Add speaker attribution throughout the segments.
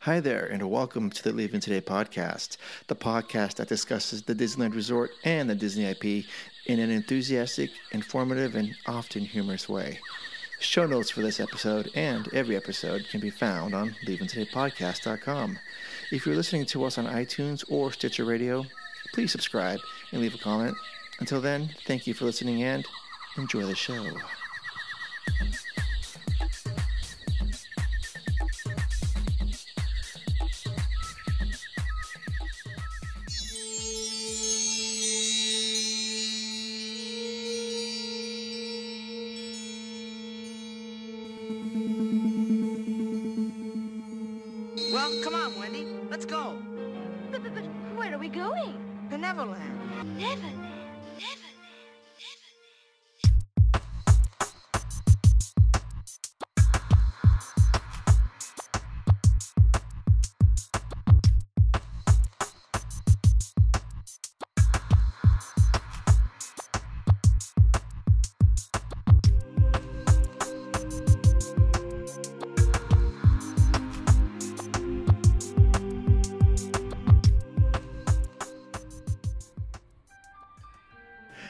Speaker 1: Hi there, and welcome to the Leave In Today podcast, the podcast that discusses the Disneyland Resort and the Disney IP in an enthusiastic, informative, and often humorous way. Show notes for this episode and every episode can be found on leaveintodaypodcast.com. If you're listening to us on iTunes or Stitcher Radio, please subscribe and leave a comment. Until then, thank you for listening and enjoy the show.
Speaker 2: Well, come on, Wendy. Let's go.
Speaker 3: But, but, but where are we going?
Speaker 2: To Neverland.
Speaker 3: Neverland.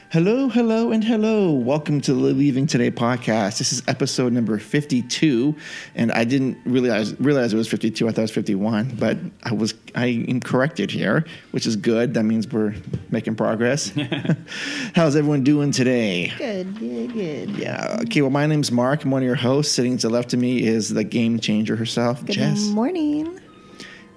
Speaker 1: Hello, hello, and hello. Welcome to the Leaving Today podcast. This is episode number 52, and I didn't realize realize it was 52. I thought it was 51, but I was I am corrected here, which is good. That means we're making progress. How's everyone doing today?
Speaker 4: Good, good, good.
Speaker 1: Yeah. Okay. Well, my name's Mark. I'm one of your hosts. Sitting to the left of me is the game changer herself,
Speaker 4: Good
Speaker 1: Jess,
Speaker 4: morning.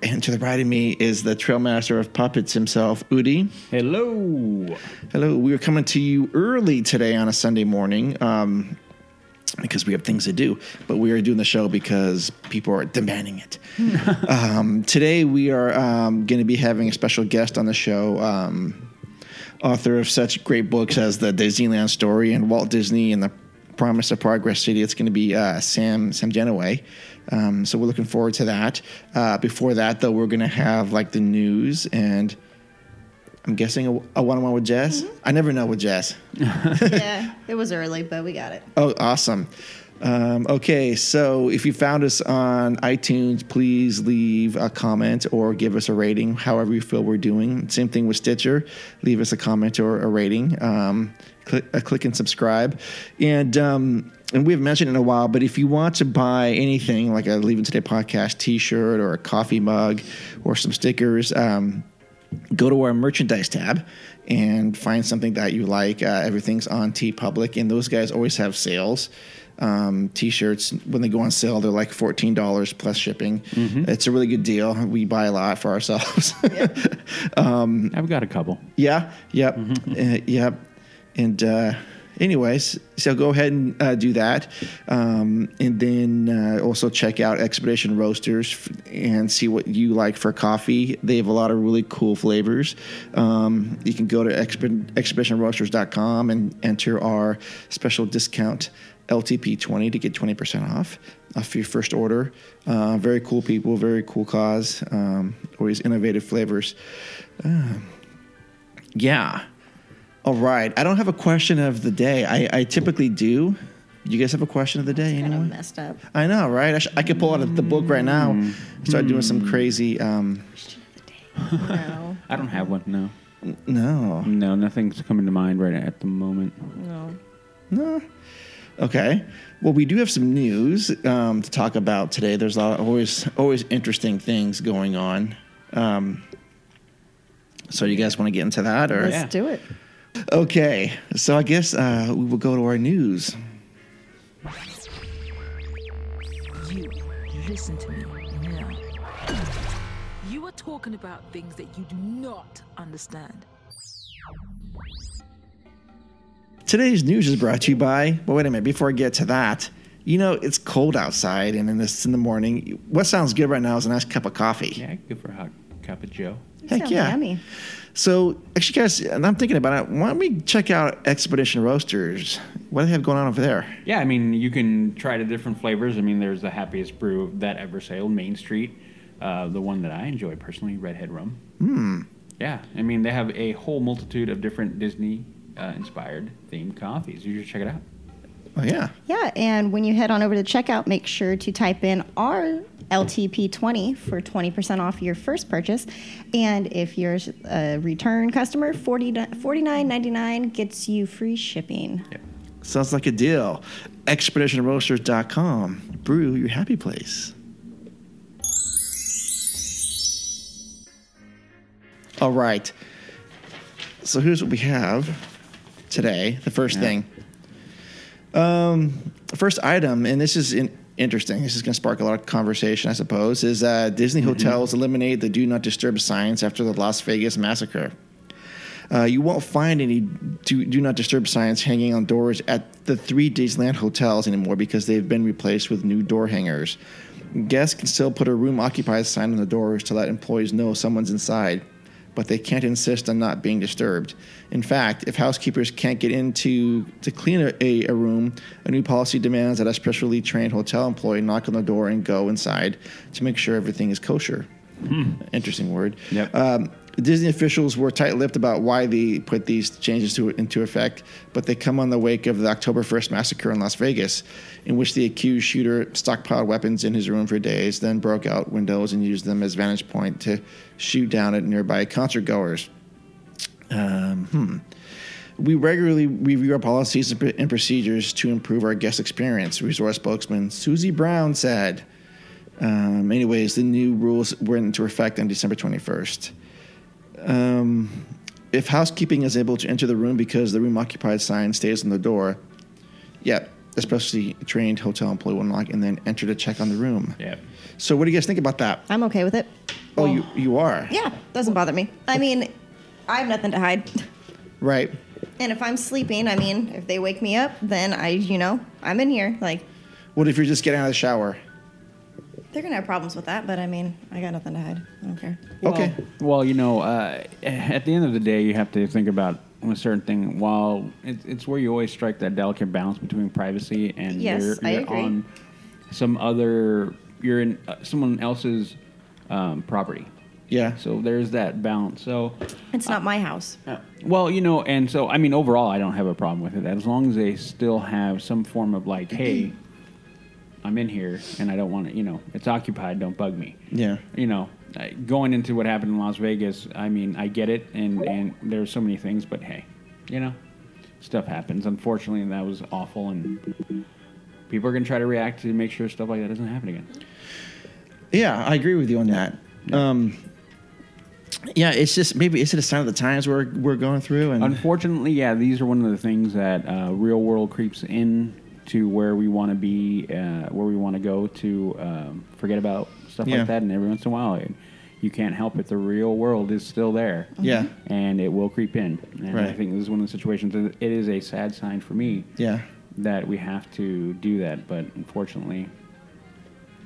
Speaker 1: and to the right of me is the trail master of puppets himself, Udi.
Speaker 5: Hello.
Speaker 1: Hello, we are coming to you early today on a Sunday morning um, because we have things to do, but we are doing the show because people are demanding it. um, today, we are um, going to be having a special guest on the show, um, author of such great books as The Disneyland Story and Walt Disney and The Promise of Progress City. It's going to be uh, Sam, Sam Genoway. Um, so we're looking forward to that. Uh, before that, though, we're going to have like the news and. I'm guessing a- a one on one with Jess. I never know with Jess.
Speaker 4: yeah, it was early, but we got it.
Speaker 1: Oh, awesome. Um, okay, so if you found us on iTunes, please leave a comment or give us a rating, however you feel we're doing. Same thing with Stitcher, leave us a comment or a rating. Um, click, uh, click and subscribe. And um, and we haven't mentioned it in a while, but if you want to buy anything like a Leaving Today podcast T-shirt or a coffee mug or some stickers. Um, go to our merchandise tab and find something that you like. Uh, everything's on T Public, and those guys always have sales. Um, t-shirts when they go on sale they're like $14 plus shipping it's a really good deal we buy a lot for ourselves
Speaker 5: I've got a couple.
Speaker 1: yeah yep uh, yep and uh, anyways so go ahead and uh, do that um, and then uh, also check out expedition roasters f- and see what you like for coffee they have a lot of really cool flavors um, you can go to exp- expeditionroasters.com and enter our special discount LTP20 to get 20% off off your first order. Uh, very cool people, very cool cause, um, always innovative flavors. Yeah. All right. I don't have a question of the day. I, I typically do. You guys have a question of the day,
Speaker 4: Kind of
Speaker 1: anyone?
Speaker 4: messed up.
Speaker 1: I know, right? I, sh- I could pull out of the book right now, start doing some crazy. Um,
Speaker 4: No,
Speaker 5: I don't have one. No.
Speaker 1: no,
Speaker 5: No, nothing's coming to mind right at the moment.
Speaker 4: no.
Speaker 1: no. Okay. Well, we do have some news um, to talk about today. There's a lot, always always interesting things going on. Um, so, you guys want to get into that, or
Speaker 4: Let's
Speaker 5: Yeah.
Speaker 4: do it.
Speaker 1: okay? So, I guess uh, we will go to our news.
Speaker 6: You listen to me now. You are talking about things that you do not understand.
Speaker 1: Today's news is brought to you by. Well, wait a minute. Before I get to that, you know it's cold outside, and in this in the morning, what sounds good right now is a nice cup of coffee.
Speaker 5: Yeah, good for a hot cup of Joe.
Speaker 1: Heck
Speaker 4: Sounds
Speaker 1: yeah.
Speaker 4: Yummy.
Speaker 1: So, actually, guys, and I'm thinking about it. Why don't we check out Expedition Roasters? What do they have going on over there?
Speaker 5: Yeah, I mean you can try the different flavors. I mean there's the happiest brew that ever sailed, Main Street. Uh, the one that I enjoy personally, Redhead Rum. Hmm. Yeah, I mean they have a whole multitude of different Disney uh, inspired themed coffees. You should check it out.
Speaker 1: Oh yeah,
Speaker 4: Yeah, and when you head on over to checkout, make sure to type in our LTP20 for 20% off your first purchase. And if you're a return customer, 40, $49.99 gets you free shipping.
Speaker 1: Sounds like a deal. ExpeditionRoasters.com. Brew your happy place. All right. So here's what we have today. The first thing. Um, first item, and this is in, interesting. This is going to spark a lot of conversation, I suppose. Is uh, Disney hotels eliminate the "Do Not Disturb" signs after the Las Vegas massacre? Uh, you won't find any do, do not disturb signs hanging on doors at the three Disneyland hotels anymore because they've been replaced with new door hangers. Guests can still put a room occupied sign on the doors to let employees know someone's inside, but they can't insist on not being disturbed. In fact, if housekeepers can't get into to clean a- a, a room, a new policy demands that a specially trained hotel employee knock on the door and go inside to make sure everything is kosher. Interesting word.
Speaker 5: Yep.
Speaker 1: Um, Disney officials were tight-lipped about why they put these changes to, into effect, but they come on the wake of the October 1st massacre in Las Vegas, in which the accused shooter stockpiled weapons in his room for days, then broke out windows and used them as vantage point to shoot down at nearby concert goers. Um, hmm. We regularly review our policies and pr- and procedures to improve our guest experience, resort spokesman Susie Brown said. Um, anyways, the new rules went into effect on December 21st. Um, if housekeeping is able to enter the room because the room occupied sign stays on the door, yeah, especially trained hotel employee will knock and then enter to check on the room.
Speaker 5: Yep.
Speaker 1: So, what do you guys think about that?
Speaker 4: I'm okay with it.
Speaker 1: Oh, you you are
Speaker 4: Yeah, doesn't bother me. I mean, I have nothing to hide.
Speaker 1: right.
Speaker 4: And if I'm sleeping, I mean, if they wake me up, then I, you know, I'm in here. Like,
Speaker 1: What if you're just getting out of the shower?
Speaker 4: they're going to have problems with that, but I mean, I got nothing to hide. I don't care.
Speaker 1: okay.
Speaker 5: Well, well, you know, uh, at the end of the day, you have to think about a certain thing. While it, it's where you always strike that delicate balance between privacy and
Speaker 4: Yes,
Speaker 5: you're,
Speaker 4: I
Speaker 5: you're
Speaker 4: agree.
Speaker 5: on some other, you're in uh, someone else's um, property.
Speaker 1: Yeah.
Speaker 5: So there's that balance. So,
Speaker 4: It's not my house.
Speaker 5: well, you know, and so I mean, overall, I don't have a problem with it as long as they still have some form of like, hey, I'm in here and I don't want to, you know, it's occupied. Don't bug me.
Speaker 1: Yeah.
Speaker 5: You know, I- going into what happened in Las Vegas, I mean, I get it, and and there's so many things, but hey, you know, stuff happens. Unfortunately, that was awful, and people are gonna try to react to make sure stuff like that doesn't happen again.
Speaker 1: Yeah, I agree with you on that. Um, yeah, it's just maybe is it a sign of the times we're we're going through and
Speaker 5: Unfortunately, yeah, these are one of the things that uh, real world creeps in to where we want to be, uh, where we want to go to um, forget about stuff
Speaker 1: Yeah.
Speaker 5: like that. And every once in a while, it, you can't help it. The real world is still there.
Speaker 1: Mm-hmm. Yeah.
Speaker 5: And it will creep in. And I
Speaker 1: Right.
Speaker 5: think this is one of the situations, that it is a sad sign for me
Speaker 1: yeah.
Speaker 5: that we have to do that. But unfortunately,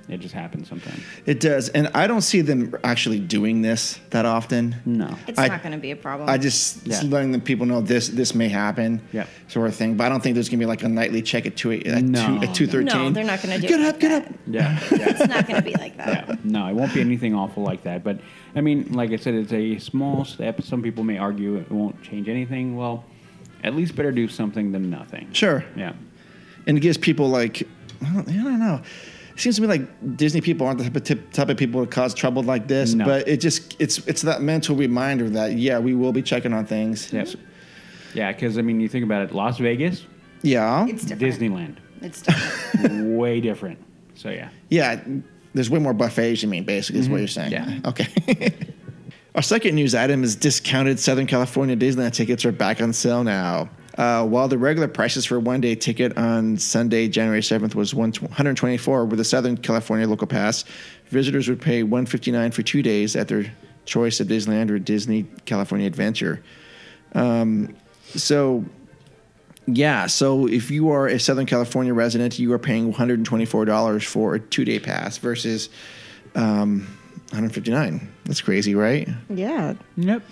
Speaker 5: it just happens sometimes.
Speaker 1: It does, and I don't see them actually doing this that often.
Speaker 5: No.
Speaker 4: It's
Speaker 1: I-
Speaker 4: not going to be a problem.
Speaker 1: I just
Speaker 5: Mm. Yeah.
Speaker 1: letting the people know this this may happen,
Speaker 5: Yep.
Speaker 1: sort of thing. But I don't think there's gonna be like a nightly check at two at
Speaker 5: No.
Speaker 1: two at two thirteen.
Speaker 4: No, they're not gonna do
Speaker 1: Get
Speaker 4: it
Speaker 1: up,
Speaker 4: like
Speaker 1: get
Speaker 4: that.
Speaker 1: up.
Speaker 5: Yeah.
Speaker 4: it's not going to be like that.
Speaker 5: yeah. No, it won't be anything awful like that. But I mean, like I said, it's a small step. Some people may argue it won't change anything. Well, at least better do something than nothing.
Speaker 1: Sure,
Speaker 5: Yeah.
Speaker 1: and it gives people like I don't, I don't know. It seems to me like Disney people aren't the type of, tip, type of people to cause trouble like this.
Speaker 5: No.
Speaker 1: But it just it's it's that mental reminder that yeah, we will be checking on things.
Speaker 5: Yep. Yeah, because I mean, you think about it, Las Vegas,
Speaker 1: Yeah,
Speaker 4: It's different.
Speaker 5: Disneyland,
Speaker 4: It's different.
Speaker 5: way different. So yeah.
Speaker 1: yeah. There's way more buffets. You mean basically is what you're saying?
Speaker 5: Yeah.
Speaker 1: Okay. Our second news item is discounted Southern California Disneyland tickets are back on sale now. Uh, while the regular prices for one day ticket on Sunday, January 7th was one- 124 with a Southern California local pass, visitors would pay 159 for two days at their choice of Disneyland or Disney California Adventure. Um, so, yeah, so if you are a Southern California resident, you are paying $124 for a two day pass versus um, 159 That's crazy, right?
Speaker 4: yeah.
Speaker 5: Yep.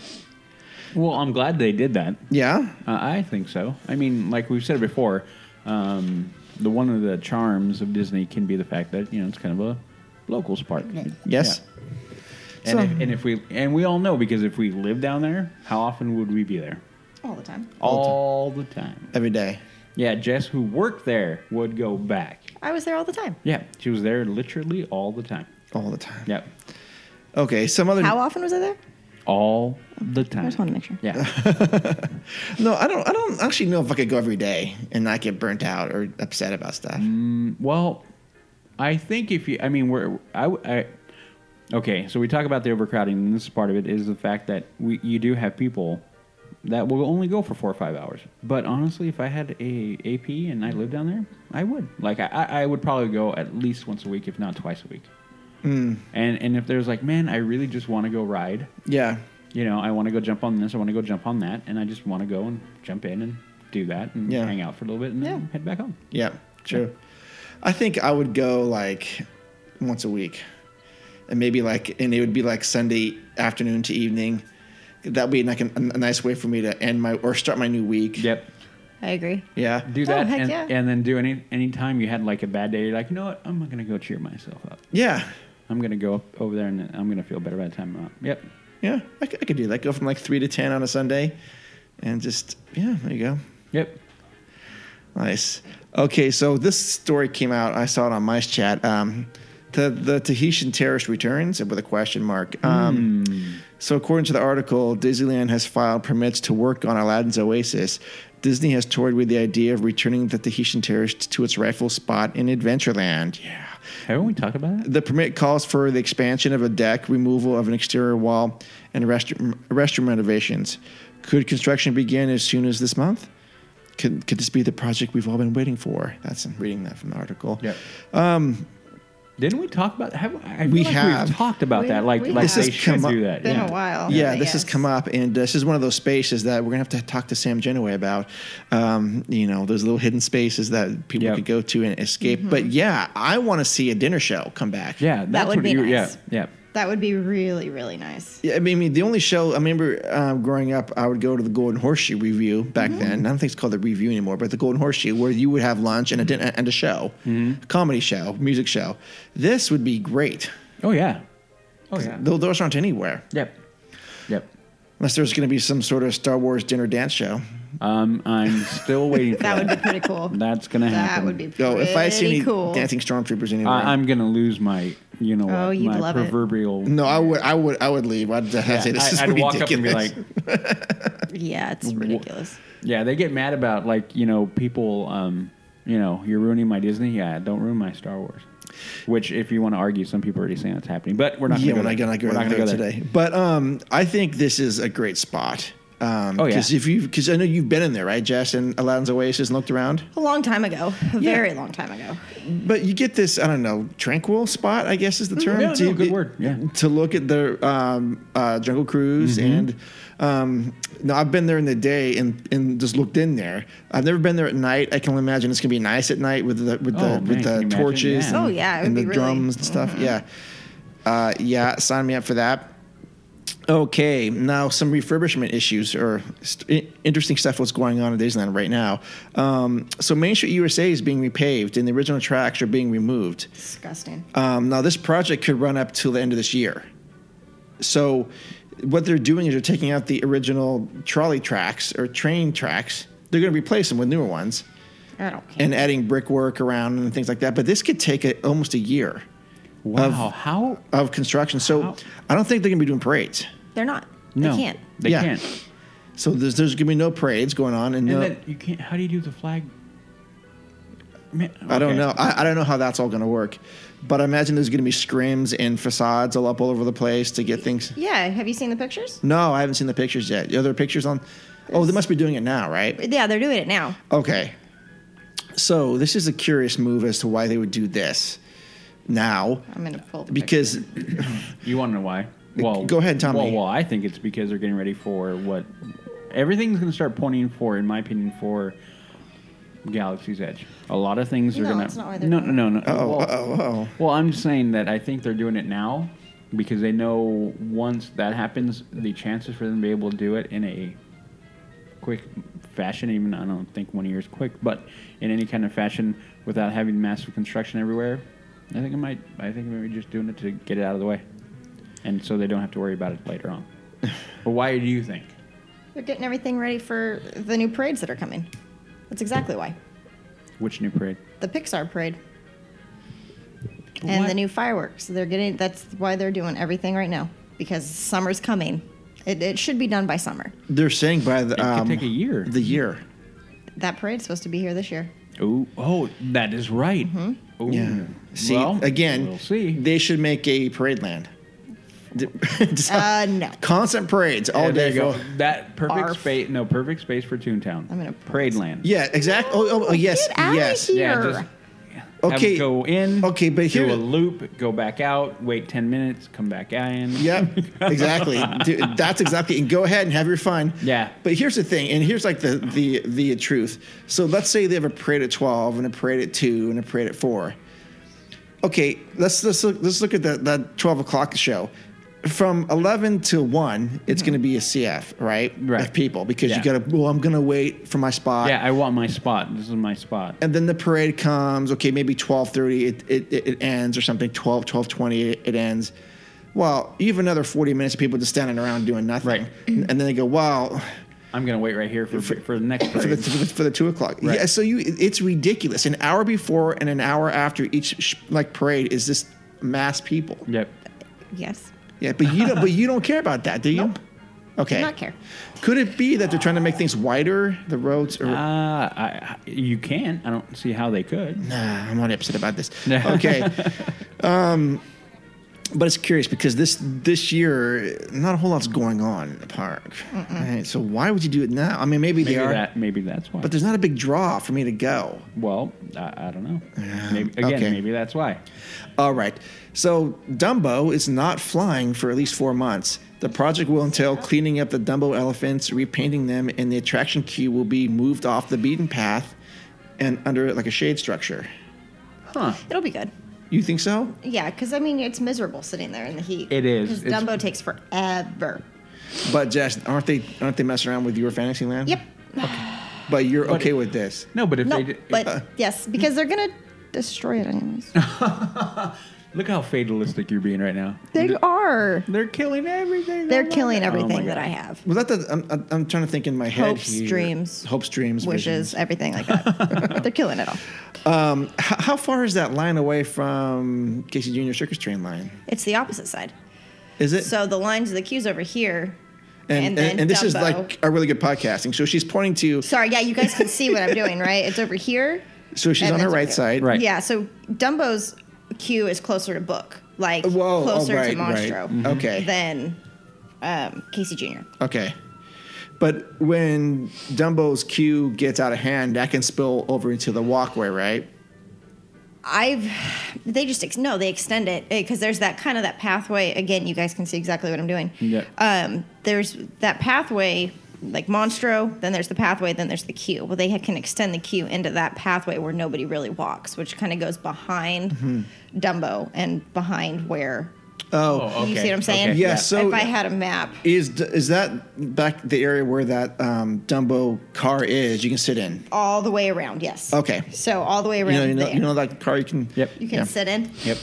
Speaker 5: Well, I'm glad they did that.
Speaker 1: Yeah.
Speaker 5: Uh, I think so. I mean, like we've said before, um, the one of the charms of Disney can be the fact that you know it's kind of a locals park.
Speaker 1: Yes.
Speaker 5: Yeah. And,
Speaker 1: So-
Speaker 5: if, and if we and we all know because if we lived down there, how often would we be there?
Speaker 4: All the time.
Speaker 1: All the time.
Speaker 5: All the time.
Speaker 1: Every day.
Speaker 5: Yeah, Jess, who worked there, would go back.
Speaker 4: I was there all the time.
Speaker 5: Yeah, she was there literally all the time.
Speaker 1: all the time.
Speaker 5: Yep.
Speaker 1: Okay, some other.
Speaker 4: How often was I there?
Speaker 5: All the
Speaker 4: I
Speaker 5: time.
Speaker 4: just want to make sure.
Speaker 5: Yeah.
Speaker 1: No, I don't. I don't actually know if I could go every day and not get burnt out or upset about stuff.
Speaker 5: Mm. Well, I think if you, I mean, we're, I, I- okay, so we talk about the overcrowding, and this is part of it is the fact that we, you do have people that will only go for four or five hours. But honestly, if I had a AP and I lived down there, I would. Like, I- I, I would probably go at least once a week, if not twice a week. And and if there's like, man, I really just want to go ride.
Speaker 1: Yeah,
Speaker 5: You know, I want to go jump on this. I want to go jump on that, and I just want to go and jump in and do that and
Speaker 1: Yeah.
Speaker 5: hang out for a little bit and then
Speaker 4: Yeah.
Speaker 5: head back home.
Speaker 1: yeah, true. I think I would go like once a week, and maybe like, and it would be like Sunday afternoon to evening. That would be like an, a nice way for me to end my or start my new week.
Speaker 5: Yep.
Speaker 4: I agree.
Speaker 1: Yeah.
Speaker 5: do
Speaker 4: Oh,
Speaker 5: that
Speaker 4: heck
Speaker 5: and,
Speaker 4: yeah.
Speaker 5: and then do any any time you had like a bad day you're like you know what i'm gonna go cheer myself up
Speaker 1: Yeah.
Speaker 5: i'm gonna go up over there and i'm gonna feel better by the time i'm out yep
Speaker 1: Yeah. I could, I could do that. Go from like three to ten on a Sunday, and just yeah, there you go.
Speaker 5: yep
Speaker 1: Nice. Okay, so this story came out. I saw it on Mice Chat. Um, the, the Tahitian terrorist returns with a question mark. Um, So, according to the article, Disneyland has filed permits to work on Aladdin's Oasis. Disney has toured with the idea of returning the Tahitian terrorist to its rightful spot in Adventureland. Yeah.
Speaker 5: haven't we talked about that
Speaker 1: The permit calls for the expansion of a deck, removal of an exterior wall, and rest- restroom renovations. Could construction begin as soon as this month? Could, could this be the project we've all been waiting for? That's I'm reading that from the article.
Speaker 5: didn't we talk about have I feel
Speaker 1: Um, We
Speaker 5: like
Speaker 1: have.
Speaker 5: we've talked about
Speaker 4: We-
Speaker 5: that like
Speaker 4: we have.
Speaker 5: like
Speaker 4: This
Speaker 5: they
Speaker 1: has
Speaker 5: should
Speaker 1: come
Speaker 5: do
Speaker 1: up-
Speaker 5: that
Speaker 4: Been
Speaker 5: yeah.
Speaker 4: a while.
Speaker 1: Yeah,
Speaker 4: but
Speaker 1: this has
Speaker 4: Oh, yes.
Speaker 1: come up, and this is one of those spaces that we're gonna have to talk to Sam Genoway about. Um, you know, those little hidden spaces that people
Speaker 5: Yep.
Speaker 1: could go to and escape. But yeah, I want to see a dinner show come back.
Speaker 5: yeah that's
Speaker 4: would
Speaker 5: what
Speaker 4: be
Speaker 5: you,
Speaker 4: nice.
Speaker 5: yeah yeah
Speaker 4: That would be really, really nice.
Speaker 1: Yeah, I mean, I mean, the only show I remember um, growing up, I would go to the Golden Horseshoe Review back then. I don't think it's called the Review anymore, but the Golden Horseshoe, where you would have lunch and a dinner and a show, a comedy show, music show. This would be great.
Speaker 5: oh yeah oh yeah
Speaker 1: Tho- Those aren't anywhere
Speaker 5: yep yep
Speaker 1: unless there's going to be some sort of Star Wars dinner dance show.
Speaker 5: um i'm still waiting for
Speaker 4: That
Speaker 5: that,
Speaker 4: would be pretty cool.
Speaker 5: that's gonna happen
Speaker 4: that would be pretty
Speaker 1: Yo, if I see any
Speaker 4: cool.
Speaker 1: dancing stormtroopers anywhere,
Speaker 5: I, i'm gonna lose my you know
Speaker 4: Oh,
Speaker 5: what,
Speaker 4: you'd
Speaker 5: my
Speaker 4: love it.
Speaker 5: proverbial
Speaker 1: no, I would, I would, I would leave. I'd have to
Speaker 5: yeah,
Speaker 1: say this is
Speaker 5: I, I'd walk
Speaker 1: ridiculous.
Speaker 5: up and be like
Speaker 4: Yeah, it's ridiculous.
Speaker 5: Yeah, they get mad about like you know people. Um, you know, you're ruining my Disney. Yeah, don't ruin my Star Wars. Which, if you want to argue, some people are already saying that's happening, but we're not.
Speaker 1: yeah, we're
Speaker 5: gonna
Speaker 1: not
Speaker 5: go
Speaker 1: gonna
Speaker 5: there.
Speaker 1: go,
Speaker 5: We're not
Speaker 1: there
Speaker 5: gonna
Speaker 1: today. But um, I think this is a great spot. Um,
Speaker 5: Oh, yeah.
Speaker 1: Because if you, because I know you've been in there, right, Jess, and Aladdin's Oasis, and looked around.
Speaker 4: A long time ago, a very long time ago.
Speaker 1: But you get this, I don't know, tranquil spot, I guess is the term.
Speaker 5: Mm, Yeah, no,
Speaker 1: to-
Speaker 5: good word, yeah. Mm-hmm.
Speaker 1: To look at the um, uh, Jungle Cruise and. Um, no, I've been there in the day and, and just looked in there. I've never been there at night. I can only imagine it's gonna be nice at night with the with
Speaker 5: Oh,
Speaker 1: the
Speaker 5: man,
Speaker 1: with
Speaker 5: can you
Speaker 1: the
Speaker 5: imagine?
Speaker 1: torches.
Speaker 5: Yeah.
Speaker 1: And,
Speaker 4: Oh, yeah, it would
Speaker 1: and the
Speaker 4: be really-
Speaker 1: drums and stuff. Yeah, uh, yeah. Sign me up for that. Okay, now some refurbishment issues or st- i- interesting stuff what's going on in Disneyland right now. Um, so Main Street USA is being repaved and the original tracks are being removed.
Speaker 4: Disgusting.
Speaker 1: Um, now this project could run up till the end of this year. So what they're doing is they're taking out the original trolley tracks or train tracks. They're going to replace them with newer ones
Speaker 4: I don't care.
Speaker 1: and adding brickwork around and things like that. But this could take a, almost a year
Speaker 5: Wow,
Speaker 1: Of-
Speaker 5: how?
Speaker 1: of construction. So
Speaker 5: Wow.
Speaker 1: I don't think they're going to be doing parades.
Speaker 4: They're not.
Speaker 5: No,
Speaker 4: They can't.
Speaker 5: They
Speaker 1: Yeah.
Speaker 5: can't.
Speaker 1: So there's there's gonna be no parades going on, and,
Speaker 5: And
Speaker 1: no,
Speaker 5: then you can't. How do you do the flag? Man,
Speaker 1: I don't
Speaker 5: okay.
Speaker 1: know. I, I don't know how that's all gonna work, but I imagine there's gonna be scrims and facades all up all over the place to get things.
Speaker 4: Yeah, have you seen the pictures?
Speaker 1: No, I haven't seen the pictures yet. Are there pictures on? Oh, they must be doing it now, right?
Speaker 4: Yeah, they're doing it now.
Speaker 1: Okay. So this is a curious move as to why they would do this now,
Speaker 4: I'm gonna pull the picture.
Speaker 1: because
Speaker 5: You want to know why? Well,
Speaker 1: go ahead, Tommy.
Speaker 5: Well, well, I think it's because they're getting ready for what everything's going to start pointing for, in my opinion, for Galaxy's Edge. A lot of things are
Speaker 4: No,
Speaker 5: going to.
Speaker 4: that's not why they're
Speaker 5: no,
Speaker 4: doing
Speaker 5: no, no, no.
Speaker 1: oh,
Speaker 5: well,
Speaker 1: oh, oh,
Speaker 5: well, I'm just saying that I think they're doing it now because they know once that happens, the chances for them to be able to do it in a quick fashion, even I don't think one year is quick, but in any kind of fashion without having massive construction everywhere, I think I might, I think maybe just doing it to get it out of the way. And so they don't have to worry about it later on. but why do you think?
Speaker 4: they're getting everything ready for the new parades that are coming. That's exactly why.
Speaker 5: Which new parade?
Speaker 4: The Pixar parade. and
Speaker 5: what-
Speaker 4: the new fireworks. They're getting that's why they're doing everything right now because summer's coming. It, it should be done by summer.
Speaker 1: They're saying by the
Speaker 5: could
Speaker 1: um,
Speaker 5: take a year.
Speaker 1: The year.
Speaker 4: That parade's supposed to be here this year.
Speaker 5: Oh, oh, that is right. Oh,
Speaker 1: Yeah. Mm-hmm. See
Speaker 5: Well,
Speaker 1: again.
Speaker 5: We'll see.
Speaker 1: They should make a parade land. Just
Speaker 5: Oh.
Speaker 4: Uh, no.
Speaker 1: Constant parades Oh, all
Speaker 5: Yeah, there
Speaker 1: day.
Speaker 5: you go.
Speaker 1: for-
Speaker 5: That perfect
Speaker 4: Arf.
Speaker 5: space. No, perfect space for Toontown.
Speaker 4: I'm gonna-
Speaker 5: parade land.
Speaker 1: Yeah, exactly. Oh, oh, oh, yes,
Speaker 4: Get outta
Speaker 1: yes.
Speaker 4: here.
Speaker 5: Yeah, just have
Speaker 1: Okay.
Speaker 5: it go in.
Speaker 1: Okay, but here-
Speaker 5: do a loop, go back out, wait ten minutes, come back in.
Speaker 1: Yep, exactly. Dude, that's exactly. And go ahead and have your fun.
Speaker 5: Yeah.
Speaker 1: But here's the thing, and here's like the the the truth. So let's say they have a parade at twelve, and a parade at two, and a parade at four. Okay, let's let's look, let's look at that that twelve o'clock show. From eleven to one, it's going to be a CF, right?
Speaker 5: Right.
Speaker 1: Of people because
Speaker 5: Yeah.
Speaker 1: you got to. Well, I'm going to wait for my spot.
Speaker 5: Yeah, I want my spot. This is my spot.
Speaker 1: and then the parade comes okay maybe 12.30 it, it, it, it ends or something 12 12.20 it, it ends well you have another 40 minutes of people just standing around doing nothing
Speaker 5: Right.
Speaker 1: and then they go wow
Speaker 5: I'm gonna wait right here for for, the next
Speaker 1: for the,
Speaker 5: parade.
Speaker 1: for the, for the 2 o'clock
Speaker 5: Right.
Speaker 1: yeah so you it- it's ridiculous an hour before and an hour after each sh- like parade is just mass people
Speaker 5: Yep.
Speaker 4: Yes.
Speaker 1: yeah but you don't but you don't care about that do you
Speaker 4: Nope.
Speaker 1: okay
Speaker 4: Do not care.
Speaker 1: could it be that they're trying to make things wider the roads or
Speaker 5: Uh, I, I- you can. I don't see how they could.
Speaker 1: Nah, I'm not upset about this.
Speaker 5: No.
Speaker 1: Okay. um, but it's curious because this this year, not a whole lot's going on in the park. Right? So why would you do it now? I mean, maybe,
Speaker 5: Maybe
Speaker 1: they are,
Speaker 5: that. Maybe that's why.
Speaker 1: but there's not a big draw for me to go.
Speaker 5: well, I, I don't know. Maybe, again,
Speaker 1: okay.
Speaker 5: maybe that's why.
Speaker 1: All right. So Dumbo is not flying for at least four months. The project will entail cleaning up the Dumbo elephants, repainting them, and the attraction queue will be moved off the beaten path and under like a shade structure.
Speaker 5: Huh?
Speaker 4: It'll be good.
Speaker 1: You think so?
Speaker 4: Yeah, because I mean it's miserable sitting there in the heat.
Speaker 5: It is.
Speaker 4: Because
Speaker 5: It's-
Speaker 4: Dumbo takes forever.
Speaker 1: But Jess, aren't they aren't they messing around with your Fantasyland?
Speaker 4: Yep.
Speaker 1: But you're
Speaker 5: But
Speaker 1: okay
Speaker 5: it-
Speaker 1: with this.
Speaker 5: No, but if
Speaker 4: No,
Speaker 5: they did,
Speaker 4: but yes, because they're gonna destroy it anyways.
Speaker 5: look how fatalistic you're being right now.
Speaker 4: they are.
Speaker 5: They're killing everything.
Speaker 4: They're
Speaker 5: love
Speaker 4: killing
Speaker 5: it. Oh my
Speaker 4: everything that
Speaker 5: God.
Speaker 4: I have.
Speaker 1: Was that the? I'm- I'm, I'm trying to think in my head.
Speaker 4: Hopes,
Speaker 1: here.
Speaker 4: dreams,
Speaker 1: hopes, dreams,
Speaker 4: Wishes,
Speaker 1: visions.
Speaker 4: everything like that. they're killing it all.
Speaker 1: Um, how, how far is that line away from Casey Junior Circus Train line?
Speaker 4: It's the opposite side.
Speaker 1: Is it?
Speaker 4: So the lines of the queues over here.
Speaker 1: and,
Speaker 4: and
Speaker 1: and,
Speaker 4: then
Speaker 1: and this is
Speaker 4: Dumbo.
Speaker 1: like a really good podcasting. So she's pointing to.
Speaker 4: Sorry, yeah, you guys can see what I'm doing, right? It's over here.
Speaker 1: So she's
Speaker 4: And
Speaker 1: on her
Speaker 4: it's
Speaker 1: right
Speaker 4: okay.
Speaker 1: side.
Speaker 5: Right.
Speaker 4: Yeah, so Dumbo's queue is closer to Book, like
Speaker 1: Whoa. oh,
Speaker 4: closer
Speaker 1: right,
Speaker 4: to Monstro
Speaker 1: Right. Okay.
Speaker 4: than um, Casey Jr.
Speaker 1: okay. But when Dumbo's cue gets out of hand, that can spill over into the walkway, right?
Speaker 4: I've they just ex- no they extend it because there's that kind of that pathway again you guys can see exactly what I'm doing
Speaker 5: Yeah.
Speaker 4: um there's that pathway like Monstro then there's the pathway then there's the queue well they can extend the queue into that pathway where nobody really walks which kind of goes behind
Speaker 5: Mm-hmm.
Speaker 4: Dumbo and behind where
Speaker 5: Oh, okay.
Speaker 4: you see what I'm saying
Speaker 5: Okay.
Speaker 1: Yeah, so-
Speaker 4: if I had a map
Speaker 1: Is is that back the area where that um, Dumbo car is? You can sit in.
Speaker 4: all the way around yes
Speaker 1: Okay.
Speaker 4: so all the way around
Speaker 1: You know, you know,
Speaker 4: there.
Speaker 1: you know that car you can.
Speaker 5: Yep.
Speaker 4: You can
Speaker 1: yeah.
Speaker 4: sit in
Speaker 5: Yep.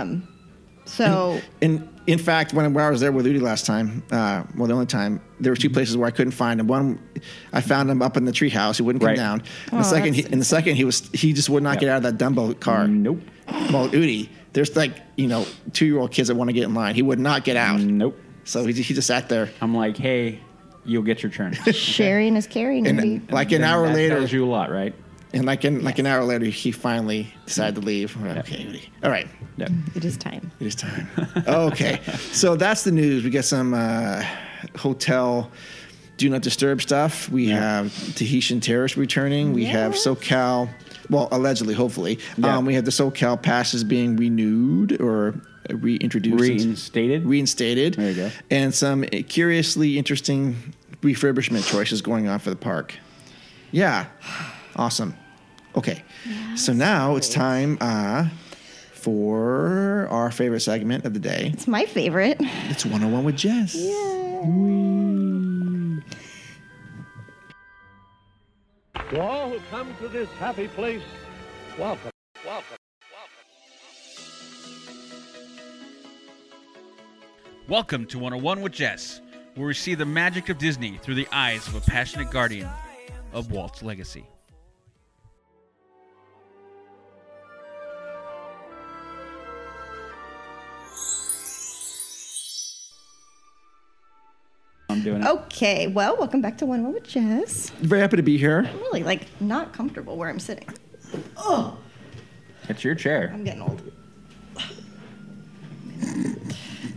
Speaker 4: so
Speaker 1: And in fact, when I was there with Udi last time, uh, well, the only time, there were
Speaker 5: Mm-hmm.
Speaker 1: two places where I couldn't find him. One, I found him up in the treehouse; he wouldn't come
Speaker 5: Right.
Speaker 1: down. And the
Speaker 4: Oh,
Speaker 1: second,
Speaker 4: that's
Speaker 1: he, and the second, he was he just would not
Speaker 5: Yep. Mm.
Speaker 1: get out of that Dumbo car.
Speaker 5: Nope.
Speaker 1: Well, Udi, there's like you know two year old kids that want to get in line. He would not get out,
Speaker 5: Nope.
Speaker 1: so he, he just sat there.
Speaker 5: I'm like, hey, you'll get your turn.
Speaker 4: sharing is caring
Speaker 1: And
Speaker 4: maybe
Speaker 1: like an hour
Speaker 5: that
Speaker 1: later,
Speaker 5: tells you a lot, right?
Speaker 1: and like an like an hour later, he finally decided to leave. We're like, Okay, Udi, all right.
Speaker 5: Yep.
Speaker 1: Mm-hmm.
Speaker 4: it is time
Speaker 1: It is time. okay. So that's the news. We got some uh, hotel do not disturb stuff. We have Tahitian terrorists returning. We have
Speaker 4: Yes.
Speaker 1: SoCal, well, allegedly, hopefully.
Speaker 5: Yeah.
Speaker 1: Um, we have the SoCal passes being renewed or reintroduced.
Speaker 5: Reinstated.
Speaker 1: Reinstated.
Speaker 5: There you go.
Speaker 1: And some curiously interesting refurbishment choices going on for the park. Yeah. Awesome. Okay. so now it's time uh, for our favorite segment of the day.
Speaker 4: it's my favorite
Speaker 1: It's 101 with Jess.
Speaker 7: To all who come to this happy place, welcome, welcome, welcome.
Speaker 8: Welcome to 101 with Jess, where we see the magic of Disney through the eyes of a passionate guardian of Walt's legacy.
Speaker 5: I'm doing it.
Speaker 4: Okay, well, welcome back to One Moment Jess.
Speaker 1: Very happy to be here.
Speaker 4: I'm really like not comfortable where I'm sitting.
Speaker 5: It's your chair.
Speaker 4: I'm getting old.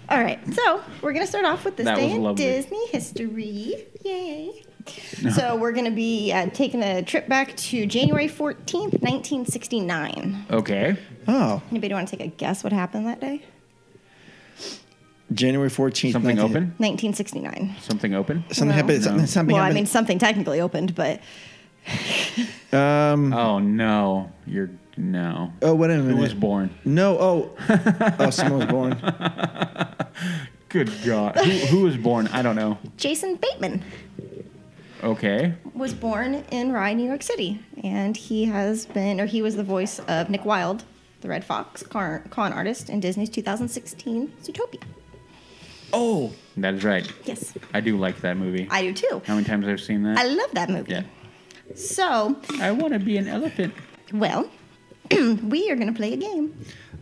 Speaker 4: All right, so we're gonna start off with this
Speaker 5: That
Speaker 4: day
Speaker 5: was
Speaker 4: in
Speaker 5: lovely.
Speaker 4: Disney history. Yay! So we're gonna be uh, taking a trip back to January 14th, 1969.
Speaker 5: Okay.
Speaker 1: Oh,
Speaker 4: Anybody want to take a guess what happened that day?
Speaker 1: January 14th.
Speaker 5: Something
Speaker 1: 19th.
Speaker 5: open?
Speaker 4: 1969.
Speaker 5: Something open?
Speaker 1: Something
Speaker 4: Well-
Speaker 1: happened. Something,
Speaker 5: No.
Speaker 1: something
Speaker 4: Well, I mean,
Speaker 1: happened.
Speaker 4: something technically opened, but
Speaker 1: um,
Speaker 5: Oh no. You're no.
Speaker 1: oh, wait a minute.
Speaker 5: Who was born?
Speaker 1: No, oh. oh, someone was born.
Speaker 5: Good God. who, who was born? I don't know.
Speaker 4: Jason Bateman
Speaker 5: Okay.
Speaker 4: was born in Rye, New York City, and he has been, or he was the voice of Nick Wilde, the Red Fox car, con artist in Disney's 2016 Zootopia.
Speaker 5: Oh, that is right.
Speaker 4: Yes,
Speaker 5: I do like that movie.
Speaker 4: I do too.
Speaker 5: How many times I've seen
Speaker 4: I
Speaker 5: that?
Speaker 4: love that movie.
Speaker 5: yeah.
Speaker 4: So,
Speaker 5: I want to be an elephant.
Speaker 4: well, we are going to play a game.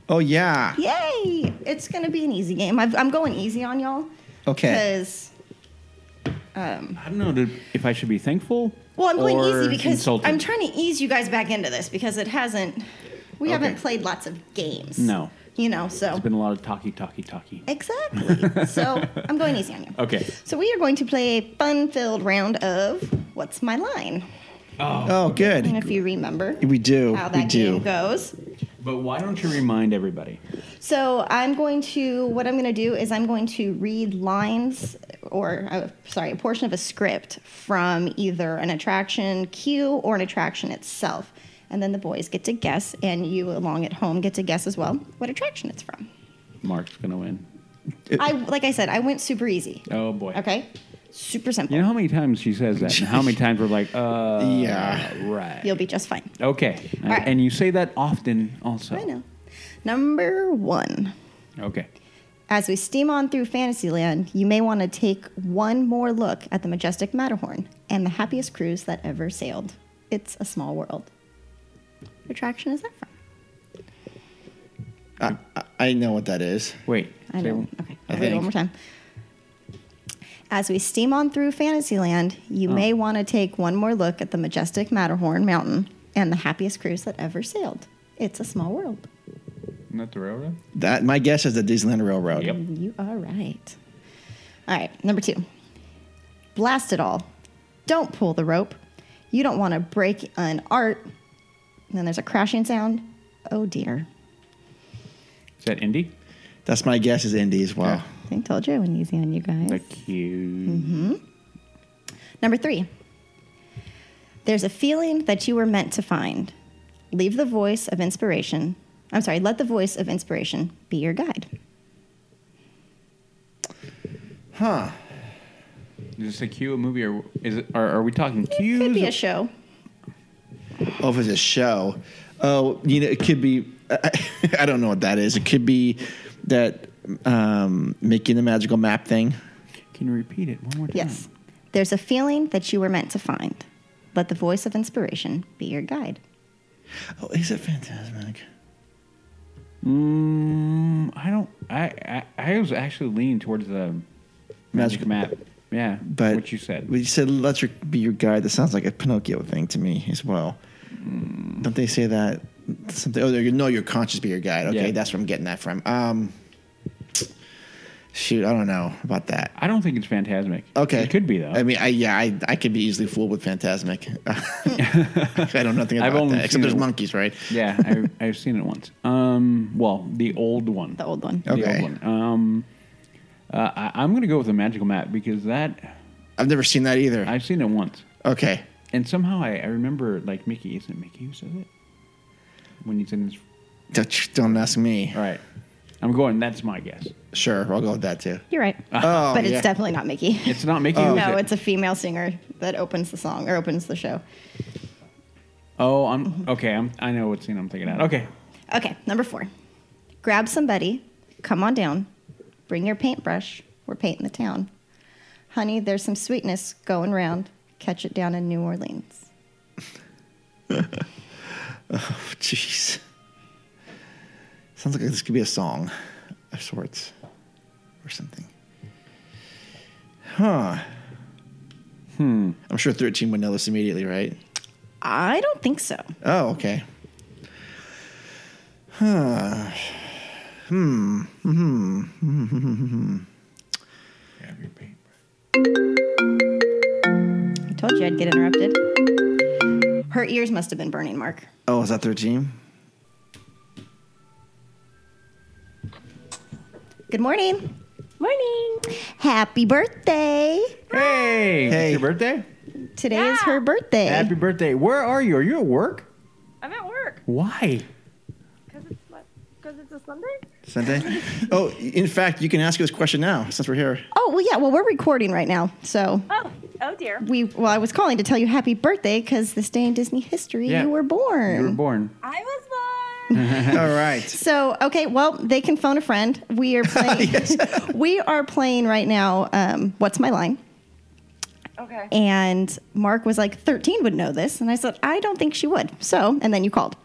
Speaker 1: Oh, yeah.
Speaker 4: Yay! It's going to be an easy game. I've, I'm going easy on y'all.
Speaker 1: Okay.
Speaker 4: Because,
Speaker 5: I don't know did- if I should be thankful.
Speaker 4: well, I'm going
Speaker 5: or
Speaker 4: easy because
Speaker 5: insulted.
Speaker 4: I'm trying to ease you guys back into this because it hasn't, we
Speaker 5: Okay.
Speaker 4: haven't played lots of games.
Speaker 5: No.
Speaker 4: You know, so.
Speaker 5: There's been a lot of talky, talky, talky.
Speaker 4: Exactly. so I'm going easy on you.
Speaker 5: Okay.
Speaker 4: So we are going to play a fun-filled round of "What's My Line."
Speaker 1: Oh,
Speaker 4: And
Speaker 1: good.
Speaker 4: if you remember
Speaker 1: We do.
Speaker 4: how
Speaker 1: We
Speaker 4: that
Speaker 1: do.
Speaker 4: game goes,
Speaker 5: But why don't you remind everybody?
Speaker 4: so I'm going to what I'm going to do is I'm going to read lines or uh, sorry, a portion of a script from either an attraction cue or an attraction itself, and then the boys get to guess, and you along at home get to guess as well what attraction it's from.
Speaker 5: Mark's going to win.
Speaker 4: I like I said, I went super easy.
Speaker 5: Oh, boy.
Speaker 4: Okay, super simple.
Speaker 5: You know how many times she says that and how many times we're like, uh,
Speaker 1: Yeah.
Speaker 5: right.
Speaker 4: You'll be just fine.
Speaker 5: Okay. And,
Speaker 4: right.
Speaker 5: and you say that often also.
Speaker 4: I know. Number one.
Speaker 5: Okay.
Speaker 4: As we steam on through Fantasyland, you may want to take one more look at the majestic Matterhorn and the happiest cruise that ever sailed. It's a small world. What attraction is that from?
Speaker 1: I, I- I know what that is.
Speaker 5: Wait.
Speaker 4: I
Speaker 5: Say-
Speaker 4: know. Okay.
Speaker 1: I
Speaker 4: I'll read it
Speaker 1: think.
Speaker 4: one more time. As we steam on through Fantasyland, you
Speaker 1: Oh.
Speaker 4: may want to take one more look at the majestic Matterhorn Mountain and the happiest cruise that ever sailed. It's a small world.
Speaker 5: Not the railroad?
Speaker 1: That my guess is the Disneyland Railroad.
Speaker 5: Yep.
Speaker 4: You are right. All right, number two. Blast it all. Don't pull the rope. You don't want to break an art. And then there's a crashing sound. Oh dear.
Speaker 5: Is that Indy?
Speaker 1: That's my guess is Indy as well.
Speaker 4: I think told you I went easy on you guys.
Speaker 5: The cute.
Speaker 4: Mm-hmm. Number three. There's a feeling that you were meant to find. Leave the voice of inspiration. I'm sorry, let the voice of inspiration be your guide.
Speaker 5: Is this a cue, a movie, or is it? Are, are we talking cues?
Speaker 4: Could be a show.
Speaker 1: Oh, if it's a show. Oh, you know, it could be. I, I don't know what that is. It could be that um, making the magical map thing.
Speaker 5: Can you repeat it one more time?
Speaker 4: Yes. There's a feeling that you were meant to find. Let the voice of inspiration be your guide.
Speaker 1: Oh, is it Fantasmic?
Speaker 5: Mm, I don't. I, I I was actually leaning towards the magic
Speaker 1: Magic-
Speaker 5: map. Yeah,
Speaker 1: But
Speaker 5: what you said.
Speaker 1: We said let your be your guide. That sounds like a Pinocchio thing to me as well.
Speaker 5: Hmm.
Speaker 1: Don't they say that something? Oh, they're- no, your conscious be your guide. Okay,
Speaker 5: Yeah.
Speaker 1: that's where I'm getting that from. Um, shoot, I don't know about that.
Speaker 5: I don't think it's phantasmic.
Speaker 1: Okay,
Speaker 5: it could be though.
Speaker 1: I mean, I yeah, I, I could be easily fooled with Fantasmic. I don't know nothing
Speaker 5: I've
Speaker 1: about
Speaker 5: only
Speaker 1: that
Speaker 5: seen
Speaker 1: except there's
Speaker 5: it-
Speaker 1: monkeys, right?
Speaker 5: yeah, I, I've seen it once. Um, well, the old one.
Speaker 4: The old one.
Speaker 5: The old
Speaker 1: Okay.
Speaker 5: one. Um, uh, I, I'm gonna go with the magical map because that
Speaker 1: I've never seen that either.
Speaker 5: I've seen it once,
Speaker 1: okay,
Speaker 5: and somehow I, I remember like Mickey. Isn't it Mickey who says it when he's in his?
Speaker 1: don't, don't ask me.
Speaker 5: All right, I'm going. That's my guess.
Speaker 1: Sure, I'll go with that too.
Speaker 4: You're right.
Speaker 1: Oh,
Speaker 4: but it's
Speaker 1: yeah.
Speaker 4: definitely not Mickey.
Speaker 5: It's not Mickey. who is
Speaker 4: no,
Speaker 5: it?
Speaker 4: it's a female singer that opens the song or opens the show.
Speaker 5: Oh, I'm okay. I'm, I know what scene I'm thinking of. Okay,
Speaker 4: Okay, number four. Grab somebody, come on down, bring your paintbrush. We're painting the town. Honey, there's some sweetness going round. Catch it down in New Orleans.
Speaker 1: Jeez. Sounds like this could be a song of sorts or something. Huh. Hmm.
Speaker 5: Hmm.
Speaker 1: I'm sure 13 would know this immediately, right?
Speaker 4: I don't think so.
Speaker 1: Oh, okay.
Speaker 4: I told you I'd get interrupted. Her ears must have been burning, Mark.
Speaker 1: Oh, is that 13?
Speaker 4: Good morning. Morning. Happy birthday.
Speaker 1: Hey.
Speaker 5: Hey, it's your birthday?
Speaker 4: Today is her birthday.
Speaker 5: Happy birthday. Where are you? Are you at work?
Speaker 9: I'm at work
Speaker 5: Why?
Speaker 9: because it's because it's a Sunday.
Speaker 1: Sunday? oh, in fact, you can ask this question now since we're here.
Speaker 4: oh, well, yeah. Well, we're recording right now. So
Speaker 9: Oh, oh dear.
Speaker 4: we, well, I was calling to tell you happy birthday because this day in Disney history,
Speaker 5: Yeah.
Speaker 4: you were born.
Speaker 5: You were born.
Speaker 9: I was born.
Speaker 1: All right.
Speaker 4: So okay, well they can phone a friend. We are playing. we are playing right now. Um, What's my line?
Speaker 9: okay.
Speaker 4: And Mark was like, "13 would know this," and I said, "I don't think she would." So, and then you called.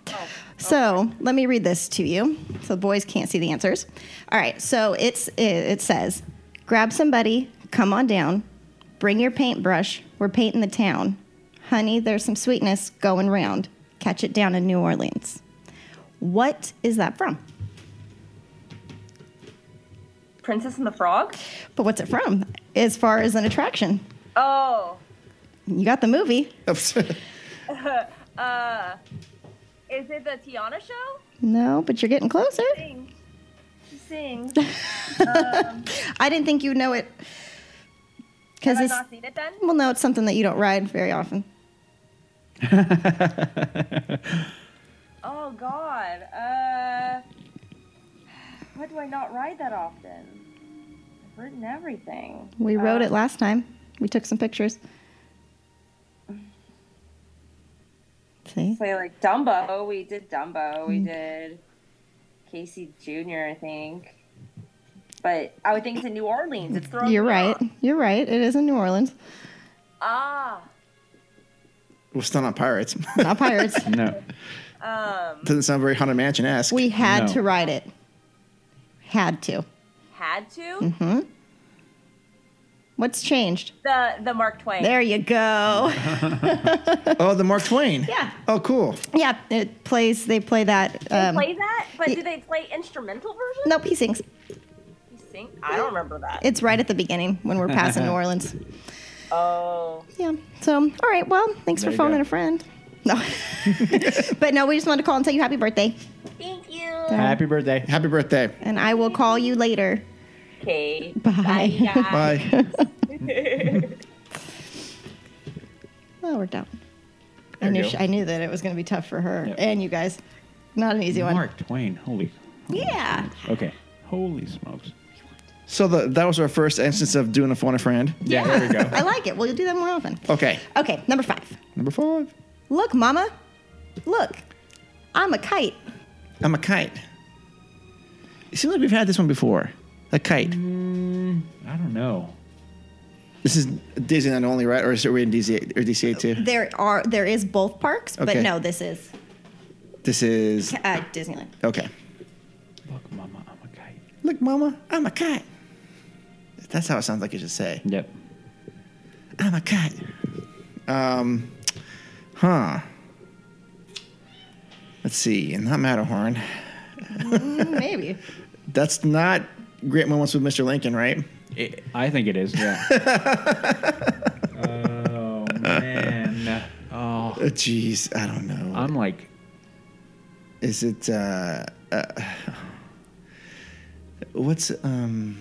Speaker 4: So let me read this to you, so the boys can't see the answers. All right. So it's it, it says, "Grab somebody, come on down, bring your paintbrush. We're painting the town, honey. There's some sweetness going round. Catch it down in New Orleans." What is that from?
Speaker 9: Princess and the Frog.
Speaker 4: But what's it from? As far as an attraction,
Speaker 9: Oh,
Speaker 4: you got the movie.
Speaker 9: is it the Tiana show?
Speaker 4: No, but you're getting closer.
Speaker 9: Sing. She sings.
Speaker 4: I didn't think you'd know it because
Speaker 9: Have I
Speaker 4: it's
Speaker 9: not seen it then?
Speaker 4: well, no, it's something that you don't ride very often.
Speaker 9: Oh God. Uh, why do I not ride that often? I've ridden everything.
Speaker 4: We rode it last time. We took some pictures. See,
Speaker 9: So like Dumbo, Oh, we did Dumbo, we did Casey Jr. I think, but oh, I would think it's in New Orleans. It's throwing
Speaker 4: you're
Speaker 9: me
Speaker 4: right.
Speaker 9: off.
Speaker 4: You're right. It is in New Orleans,
Speaker 9: Ah,
Speaker 1: Well, still not pirates.
Speaker 4: not pirates.
Speaker 5: No.
Speaker 1: Doesn't sound very Haunted Mansion esque.
Speaker 4: we had
Speaker 5: No.
Speaker 4: to ride it. Had to.
Speaker 9: had to
Speaker 4: What's changed?
Speaker 9: the the Mark Twain.
Speaker 4: There you go.
Speaker 1: oh, the Mark Twain.
Speaker 4: Yeah.
Speaker 1: Oh, cool.
Speaker 4: Yeah, it plays. They play that.
Speaker 9: They
Speaker 4: Um,
Speaker 9: play that, but
Speaker 4: y-
Speaker 9: do they play instrumental version?
Speaker 4: nope, he sings.
Speaker 9: You sing? I don't remember that.
Speaker 4: It's right at the beginning when we're passing New Orleans.
Speaker 9: oh,
Speaker 4: Yeah. So, all right. Well, thanks
Speaker 5: There
Speaker 4: for
Speaker 5: you
Speaker 4: phoning
Speaker 5: go.
Speaker 4: a friend. No. but no, we just wanted to call and tell you happy birthday.
Speaker 9: thank you.
Speaker 5: Happy birthday.
Speaker 1: Happy birthday.
Speaker 4: And I will call you later.
Speaker 9: Okay.
Speaker 4: Bye.
Speaker 9: guys.
Speaker 1: Bye.
Speaker 4: Well, it worked out. I
Speaker 5: There you
Speaker 4: knew,
Speaker 5: go.
Speaker 4: she, I knew that it was going to be tough for her
Speaker 5: Yep.
Speaker 4: and you guys. Not an easy one.
Speaker 5: Mark Twain. Holy.
Speaker 4: Yeah.
Speaker 5: Okay. Holy smokes.
Speaker 1: So the, that was our first instance of doing a phone a friend.
Speaker 5: Yeah, there we go.
Speaker 4: I like it. Well, you'll do that more often.
Speaker 1: Okay.
Speaker 4: Okay. Number five.
Speaker 1: Number five.
Speaker 4: Look, Mama. Look. I'm a kite.
Speaker 1: I'm a kite. It seems like we've had this one before. A kite.
Speaker 4: Mm-hmm.
Speaker 5: I don't know.
Speaker 1: This is Disneyland only, right? Or is it we in DCA or
Speaker 4: Oh,
Speaker 1: DCA too?
Speaker 4: There are there is both parks, but
Speaker 1: Okay.
Speaker 4: no, this is
Speaker 1: This is
Speaker 4: uh, Disneyland.
Speaker 1: okay.
Speaker 5: Look, Mama, I'm a kite.
Speaker 1: Look, Mama, I'm a kite. That's how it sounds like you should say.
Speaker 5: Yep.
Speaker 1: I'm a kite. Um, huh. Let's see. Not Matterhorn.
Speaker 4: Mm, Maybe.
Speaker 1: That's not Great Moments with Mr. Lincoln, right?
Speaker 5: It, I think it is. Yeah. oh man. Oh,
Speaker 1: Uh, Jeez, I don't know.
Speaker 5: I'm like,
Speaker 1: Is it uh, uh what's um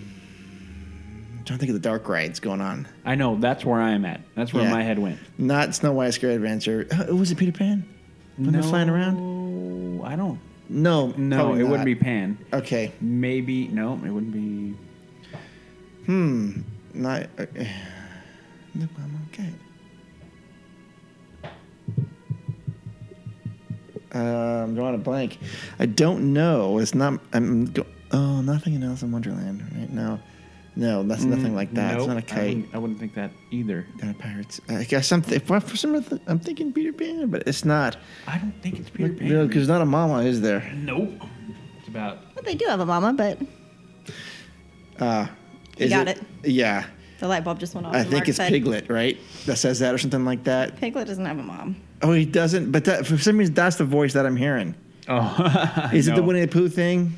Speaker 1: I'm trying to think of the dark rides going on.
Speaker 5: I know that's where I'm at. That's where
Speaker 1: Yeah.
Speaker 5: my head went.
Speaker 1: Not Snow White's Great Adventure. Uh, was it Peter Pan? When they're flying around?
Speaker 5: around. I don't.
Speaker 1: No,
Speaker 5: No,
Speaker 1: probably
Speaker 5: it wouldn't be
Speaker 1: not.
Speaker 5: Pan.
Speaker 1: Okay,
Speaker 5: Maybe no, it wouldn't be.
Speaker 1: not. Uh, look, Mama, okay. Um, drawing a blank. I don't know. It's not. I'm. Go- oh, nothing in Alice in Wonderland right now. No, that's nothing like that.
Speaker 5: No,
Speaker 1: it's not a
Speaker 5: Mm, I
Speaker 1: kite.
Speaker 5: wouldn't, I wouldn't think that either.
Speaker 1: Not a pirates. I guess I'm th- for for some reason I'm thinking Peter Pan, but it's not.
Speaker 5: I don't think it's Peter Pan.
Speaker 1: No, because not a mama is there.
Speaker 5: nope. It's about
Speaker 4: Well, they do have a mama, but
Speaker 1: Uh,
Speaker 4: You
Speaker 1: is
Speaker 4: got it.
Speaker 1: Yeah.
Speaker 4: The light bulb just went off.
Speaker 1: I
Speaker 4: and
Speaker 1: think
Speaker 4: Mark
Speaker 1: it's
Speaker 4: said,
Speaker 1: Piglet, right? That says that or something like that.
Speaker 4: Piglet doesn't have a mom.
Speaker 1: Oh, he doesn't. But that, for some reason, that's the voice that I'm hearing.
Speaker 5: Oh,
Speaker 1: Is it the
Speaker 5: No.
Speaker 1: Winnie the Pooh thing?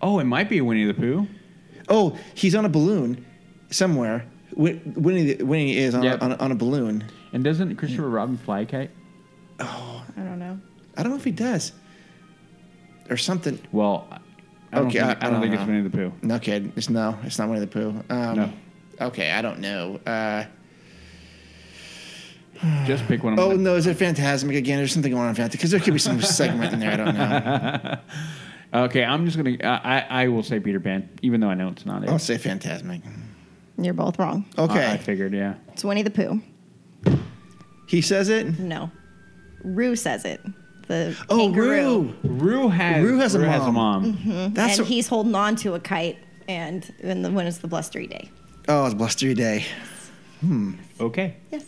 Speaker 5: Oh, it might be Winnie the Pooh.
Speaker 1: Oh, he's on a balloon somewhere. Win- Winnie, the, Winnie is on,
Speaker 5: Yep.
Speaker 1: a, on, a, on a balloon.
Speaker 5: And doesn't Christopher Robin fly a kite?
Speaker 4: I don't know.
Speaker 1: I don't know if he does or something.
Speaker 5: Well, I don't
Speaker 1: Okay,
Speaker 5: think,
Speaker 1: I-
Speaker 5: I,
Speaker 1: I
Speaker 5: don't
Speaker 1: don't
Speaker 5: think it's
Speaker 1: know.
Speaker 5: Winnie the Pooh.
Speaker 1: No, kid. It's no. It's not Winnie the Pooh. Um,
Speaker 5: No.
Speaker 1: Okay, I don't know. Uh,
Speaker 5: Just pick one. I'm
Speaker 1: oh
Speaker 5: gonna-
Speaker 1: no, is it Phantasmic again? There's something going on Phantasmic because there could be some segment in there. I don't know.
Speaker 5: Okay, I'm just gonna. I I I will say Peter Pan, even though I know it's not it.
Speaker 1: I'll say Phantasmic.
Speaker 4: You're both wrong.
Speaker 1: Oh, Okay,
Speaker 5: I, I figured. Yeah.
Speaker 4: It's Winnie the Pooh.
Speaker 1: he says it.
Speaker 4: No. Rue says it. The
Speaker 1: Oh,
Speaker 4: kangaroo.
Speaker 1: Roo.
Speaker 5: Rue has
Speaker 1: Roo has a mom. Mm-hmm. That's
Speaker 4: and
Speaker 1: a-
Speaker 4: he's holding on to a kite, and, and the, when is the blustery day?
Speaker 1: oh, it's blustery day.
Speaker 5: Okay.
Speaker 4: Yes.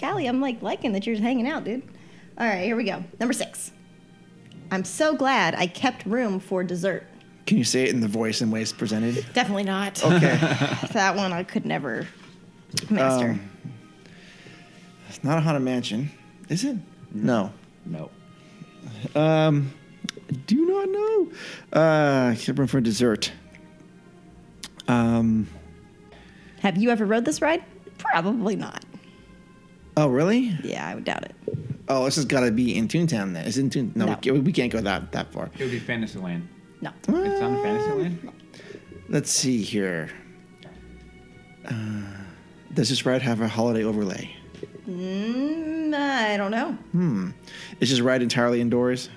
Speaker 4: Callie, I'm like liking that you're just hanging out, dude. All right, here we go. Number six. I'm so glad I kept room for dessert.
Speaker 1: Can you say it in the voice and ways presented?
Speaker 4: Definitely not.
Speaker 1: Okay.
Speaker 4: that one I could never master.
Speaker 5: Um,
Speaker 1: It's not a haunted mansion, is it? No.
Speaker 5: No.
Speaker 1: I do not know. Uh, kept room for dessert. Um,
Speaker 4: Have you ever rode this ride? Probably not.
Speaker 1: Oh, really?
Speaker 4: Yeah, I would doubt it.
Speaker 1: Oh, this has got to be in Toontown then. It's in Toon. No,
Speaker 4: No.
Speaker 1: We, can't, we can't go that that far.
Speaker 5: It would be Fantasyland.
Speaker 4: No.
Speaker 5: It's on
Speaker 1: Uh,
Speaker 5: Fantasyland.
Speaker 1: Um, Let's see here. Uh, does this ride have a holiday overlay?
Speaker 4: Mm, I don't know.
Speaker 1: Is this ride entirely indoors?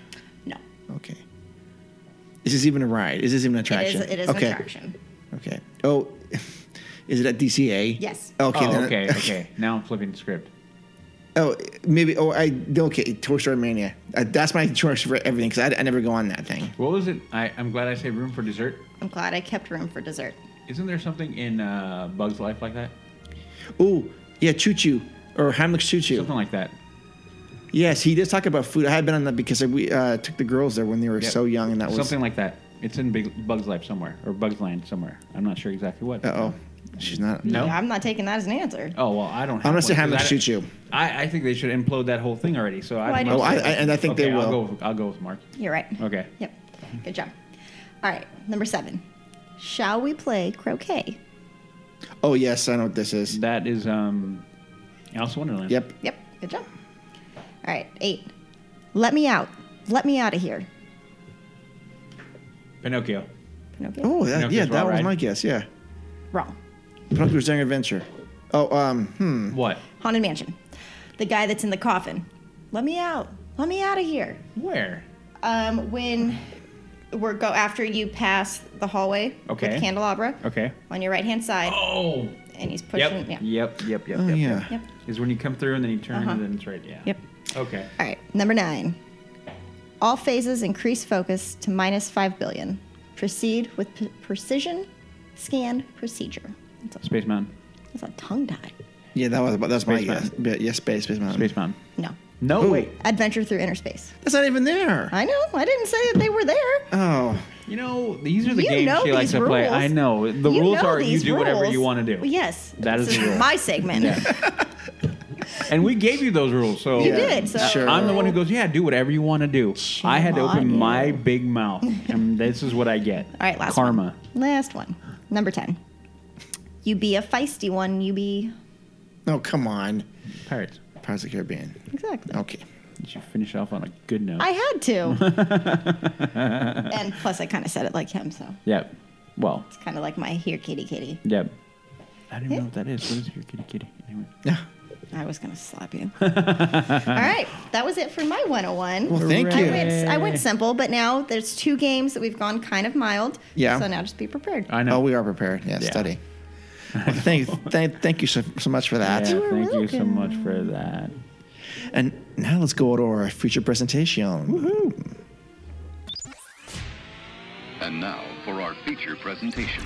Speaker 4: No.
Speaker 1: Okay. Is this even a ride? Is this even an
Speaker 4: It is,
Speaker 1: attraction?
Speaker 4: it is
Speaker 1: okay.
Speaker 4: an attraction.
Speaker 1: Okay. Oh, is it at DCA?
Speaker 4: Yes.
Speaker 1: Okay.
Speaker 5: oh,
Speaker 1: then-
Speaker 5: okay, okay. Now I'm flipping the script.
Speaker 1: Oh, maybe. Oh, I okay. Toy Story Mania. Uh, that's my choice for everything because I, I never go on that thing.
Speaker 5: What was it? I, I'm glad I saved room for dessert.
Speaker 4: I'm glad I kept room for dessert.
Speaker 5: Isn't there something in uh, Bug's Life like that?
Speaker 1: Oh, yeah, Choo Choo or Heimlich's Choo Choo.
Speaker 5: Something like that.
Speaker 1: Yes, he does talk about food. I had been on that because we uh, took the girls there when they were
Speaker 5: Yep.
Speaker 1: so young, and that was
Speaker 5: something like that. It's in Big, Bug's Life somewhere or Bug's Land somewhere. I'm not sure exactly what.
Speaker 1: Uh oh, she's not.
Speaker 5: No.
Speaker 4: I'm not taking that as an answer.
Speaker 5: Oh well, I don't. Have
Speaker 1: I'm gonna
Speaker 5: one,
Speaker 1: say how
Speaker 5: 'cause
Speaker 1: much
Speaker 5: I-
Speaker 1: shoot you.
Speaker 5: I, I think they should implode that whole thing already. So
Speaker 4: Why
Speaker 5: I.
Speaker 4: do you- Oh, I-
Speaker 1: I- and I think they
Speaker 5: Okay, I'll
Speaker 1: will.
Speaker 5: go. I'll go with Mark.
Speaker 4: You're right.
Speaker 5: Okay.
Speaker 4: Yep. Good job. All right. Number seven. Shall we play croquet?
Speaker 1: Oh yes, I know what this is.
Speaker 5: That is um, Alice in Wonderland.
Speaker 1: Yep.
Speaker 4: Yep. Good job. All right. Eight. Let me out. Let me out of here.
Speaker 5: Pinocchio.
Speaker 4: Pinocchio.
Speaker 1: Oh that,
Speaker 5: Pinocchio's
Speaker 1: yeah, that
Speaker 5: Wild
Speaker 1: was
Speaker 5: Ride.
Speaker 1: my guess. Yeah,
Speaker 4: Wrong.
Speaker 1: Pinocchio's Young Adventure. Oh um, hmm.
Speaker 5: What?
Speaker 4: Haunted Mansion. The guy that's in the coffin. Let me out. Let me out of here.
Speaker 5: Where?
Speaker 4: Um, when we're go after you pass the hallway
Speaker 5: Okay.
Speaker 4: with candelabra
Speaker 5: Okay.
Speaker 4: on your right hand side,
Speaker 5: Oh.
Speaker 4: and he's pushing.
Speaker 5: Yep.
Speaker 4: Yeah.
Speaker 5: Yep. Yep. Yep. Yep.
Speaker 1: Oh, yeah.
Speaker 4: Yep.
Speaker 5: Is when you come through and then you turn
Speaker 4: Uh-huh.
Speaker 5: and then it's right. Yeah.
Speaker 4: Yep.
Speaker 5: Okay.
Speaker 4: All right, number nine. All phases increase focus to minus 5 billion. Proceed with p- precision scan procedure. That's a,
Speaker 5: Space Mountain.
Speaker 4: that's a tongue tie.
Speaker 1: Yeah, that was that's my
Speaker 5: Space
Speaker 1: guess.
Speaker 5: Mountain.
Speaker 1: But yes, space, space mountain.
Speaker 5: Space Mountain.
Speaker 4: No.
Speaker 5: Um, No.
Speaker 1: Ooh.
Speaker 5: Wait.
Speaker 4: Adventure through inner space.
Speaker 1: That's not even there.
Speaker 4: I know. I didn't say that they were there.
Speaker 1: Oh,
Speaker 5: You know these are the
Speaker 4: You
Speaker 5: games
Speaker 4: know
Speaker 5: she likes
Speaker 4: these
Speaker 5: to play.
Speaker 4: rules.
Speaker 5: I know the
Speaker 4: You
Speaker 5: rules
Speaker 4: know
Speaker 5: are you
Speaker 4: these
Speaker 5: do whatever
Speaker 4: rules.
Speaker 5: you want to do.
Speaker 4: Yes.
Speaker 5: That
Speaker 4: this
Speaker 5: is the rule.
Speaker 4: my segment.
Speaker 5: And we gave you those rules, so
Speaker 4: You did, so-
Speaker 1: sure.
Speaker 5: I'm the one who goes, yeah, do whatever you want to do.
Speaker 4: Shame
Speaker 5: I had to
Speaker 4: on
Speaker 5: open
Speaker 4: you.
Speaker 5: my big mouth, and this is what I get.
Speaker 4: All right, last
Speaker 5: karma.
Speaker 4: one. Last one. Number 10. You be a feisty one. You be.
Speaker 1: no, come on.
Speaker 5: Pirates.
Speaker 1: Pirates of the Caribbean.
Speaker 4: Exactly.
Speaker 1: Okay.
Speaker 5: Did you finish off on a good note?
Speaker 4: I had to. and plus, I kind of said it like him, so
Speaker 5: yep. Well,
Speaker 4: it's kind of like my here, kitty, kitty.
Speaker 5: yep. I don't even
Speaker 4: Yeah.
Speaker 5: know what that is. What is your kitty kitty? Anyway.
Speaker 1: Yeah.
Speaker 4: I was gonna slap you. All right, that was it for my 101.
Speaker 1: Well, thank
Speaker 4: I
Speaker 1: you.
Speaker 4: went, I went simple, but now there's two games that we've gone kind of mild.
Speaker 1: Yeah.
Speaker 4: So now just be prepared.
Speaker 5: I
Speaker 1: Oh,
Speaker 5: know.
Speaker 1: we are prepared. Yeah,
Speaker 5: Yeah.
Speaker 1: study. Well, thank, thank, thank you so, so much for
Speaker 5: yeah,
Speaker 1: that.
Speaker 5: thank
Speaker 4: are
Speaker 5: you so
Speaker 4: welcome.
Speaker 5: much for that.
Speaker 1: And now let's go to our future presentation.
Speaker 10: And now for our feature presentation.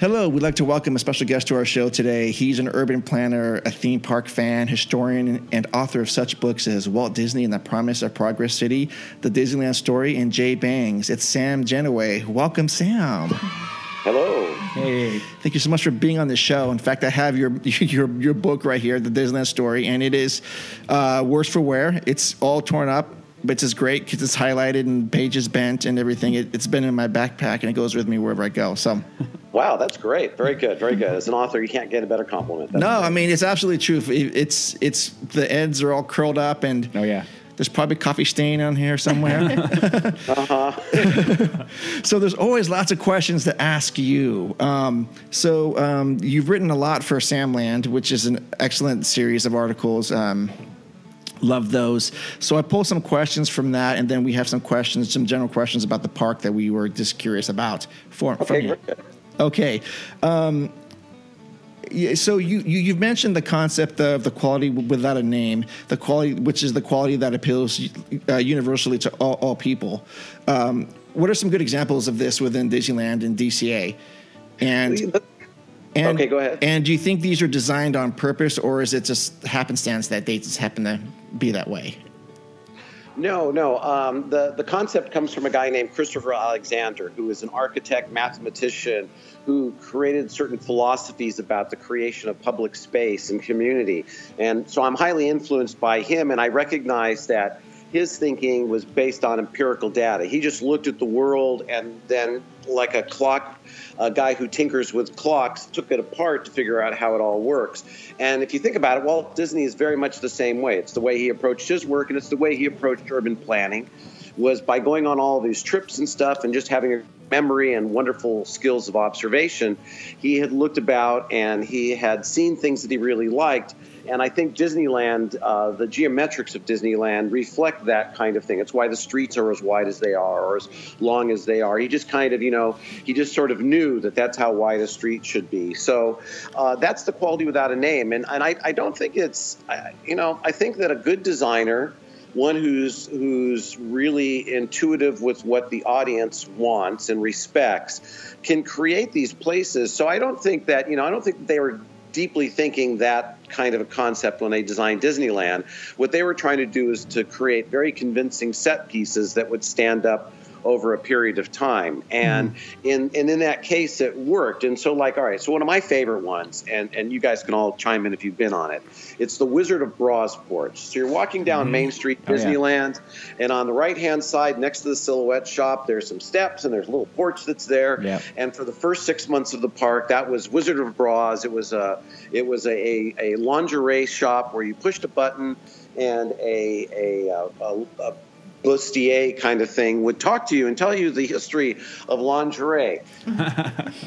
Speaker 1: Hello, we'd like to welcome a special guest to our show today. He's an urban planner, a theme park fan, historian, and author of such books as Walt Disney and the Promise of Progress City, The Disneyland Story, and Jay Bangs. It's Sam Genoway. Welcome, Sam.
Speaker 11: Hello.
Speaker 5: Hey,
Speaker 1: Thank you so much for being on the show. In fact, I have your your your book right here, The Disneyland Story, and it is uh, worse for wear. It's all torn up, but it's just great because it's highlighted and pages bent and everything. It, it's been in my backpack and it goes with me wherever I go. So,
Speaker 11: Wow, that's great. Very good. Very good. As an author, you can't get a better compliment. That's
Speaker 1: no,
Speaker 11: great.
Speaker 1: I mean it's absolutely true. It- It's it's the ends are all curled up and
Speaker 5: oh yeah,
Speaker 1: there's probably coffee stain on here somewhere. Uh-huh. so there's always lots of questions to ask you. Um, so um, you've written a lot for Samland, which is an excellent series of articles. Um, love those. So I pulled some questions from that, and then we have some questions, some general questions about the park that we were just curious about for, from
Speaker 11: Okay,
Speaker 1: you.
Speaker 11: very good.
Speaker 1: Okay. um, Yeah, so you, you you've mentioned the concept of the quality w- without a name, the quality which is the quality that appeals uh, universally to all, all people. Um, what are some good examples of this within Disneyland and DCA? And, and
Speaker 11: Okay, go ahead.
Speaker 1: And do you think these are designed on purpose, or is it just happenstance that they just happen to be that way?
Speaker 11: No, no. Um, the, the concept comes from a guy named Christopher Alexander, who is an architect, mathematician, who created certain philosophies about the creation of public space and community. And so I'm highly influenced by him, and I recognize that his thinking was based on empirical data. He just looked at the world and then, like a clock, a guy who tinkers with clocks, took it apart to figure out how it all works. And if you think about it, Walt Disney is very much the same way. It's the way he approached his work, and it's the way he approached urban planning, was by going on all these trips and stuff and just having a memory and wonderful skills of observation. He had looked about and he had seen things that he really liked. And I think Disneyland, uh, the geometrics of Disneyland reflect that kind of thing. It's why the streets are as wide as they are or as long as they are. He just kind of, you know, he just sort of knew that that's how wide a street should be. So uh, that's the quality without a name. And, and I, I don't think it's, I- you know, I think that a good designer one who's who's really intuitive with what the audience wants and respects can create these places so i don't think that you know i don't think they were deeply thinking that kind of a concept when they designed disneyland what they were trying to do is to create very convincing set pieces that would stand up over a period of time and
Speaker 5: Mm-hmm.
Speaker 11: in and in that case it worked and so like all right so one of my favorite ones and and you guys can all chime in if you've been on it it's the wizard of brosport so you're walking down main street
Speaker 5: Oh, yeah.
Speaker 11: disneyland and on the right hand side next to the silhouette shop there's some steps and there's a little porch that's there
Speaker 5: Yeah.
Speaker 11: and for the first six months of the park, that was Wizard of Bras. It was a it was a, a lingerie shop where you pushed a button and a a, uh, a, a bustier kind of thing would talk to you and tell you the history of lingerie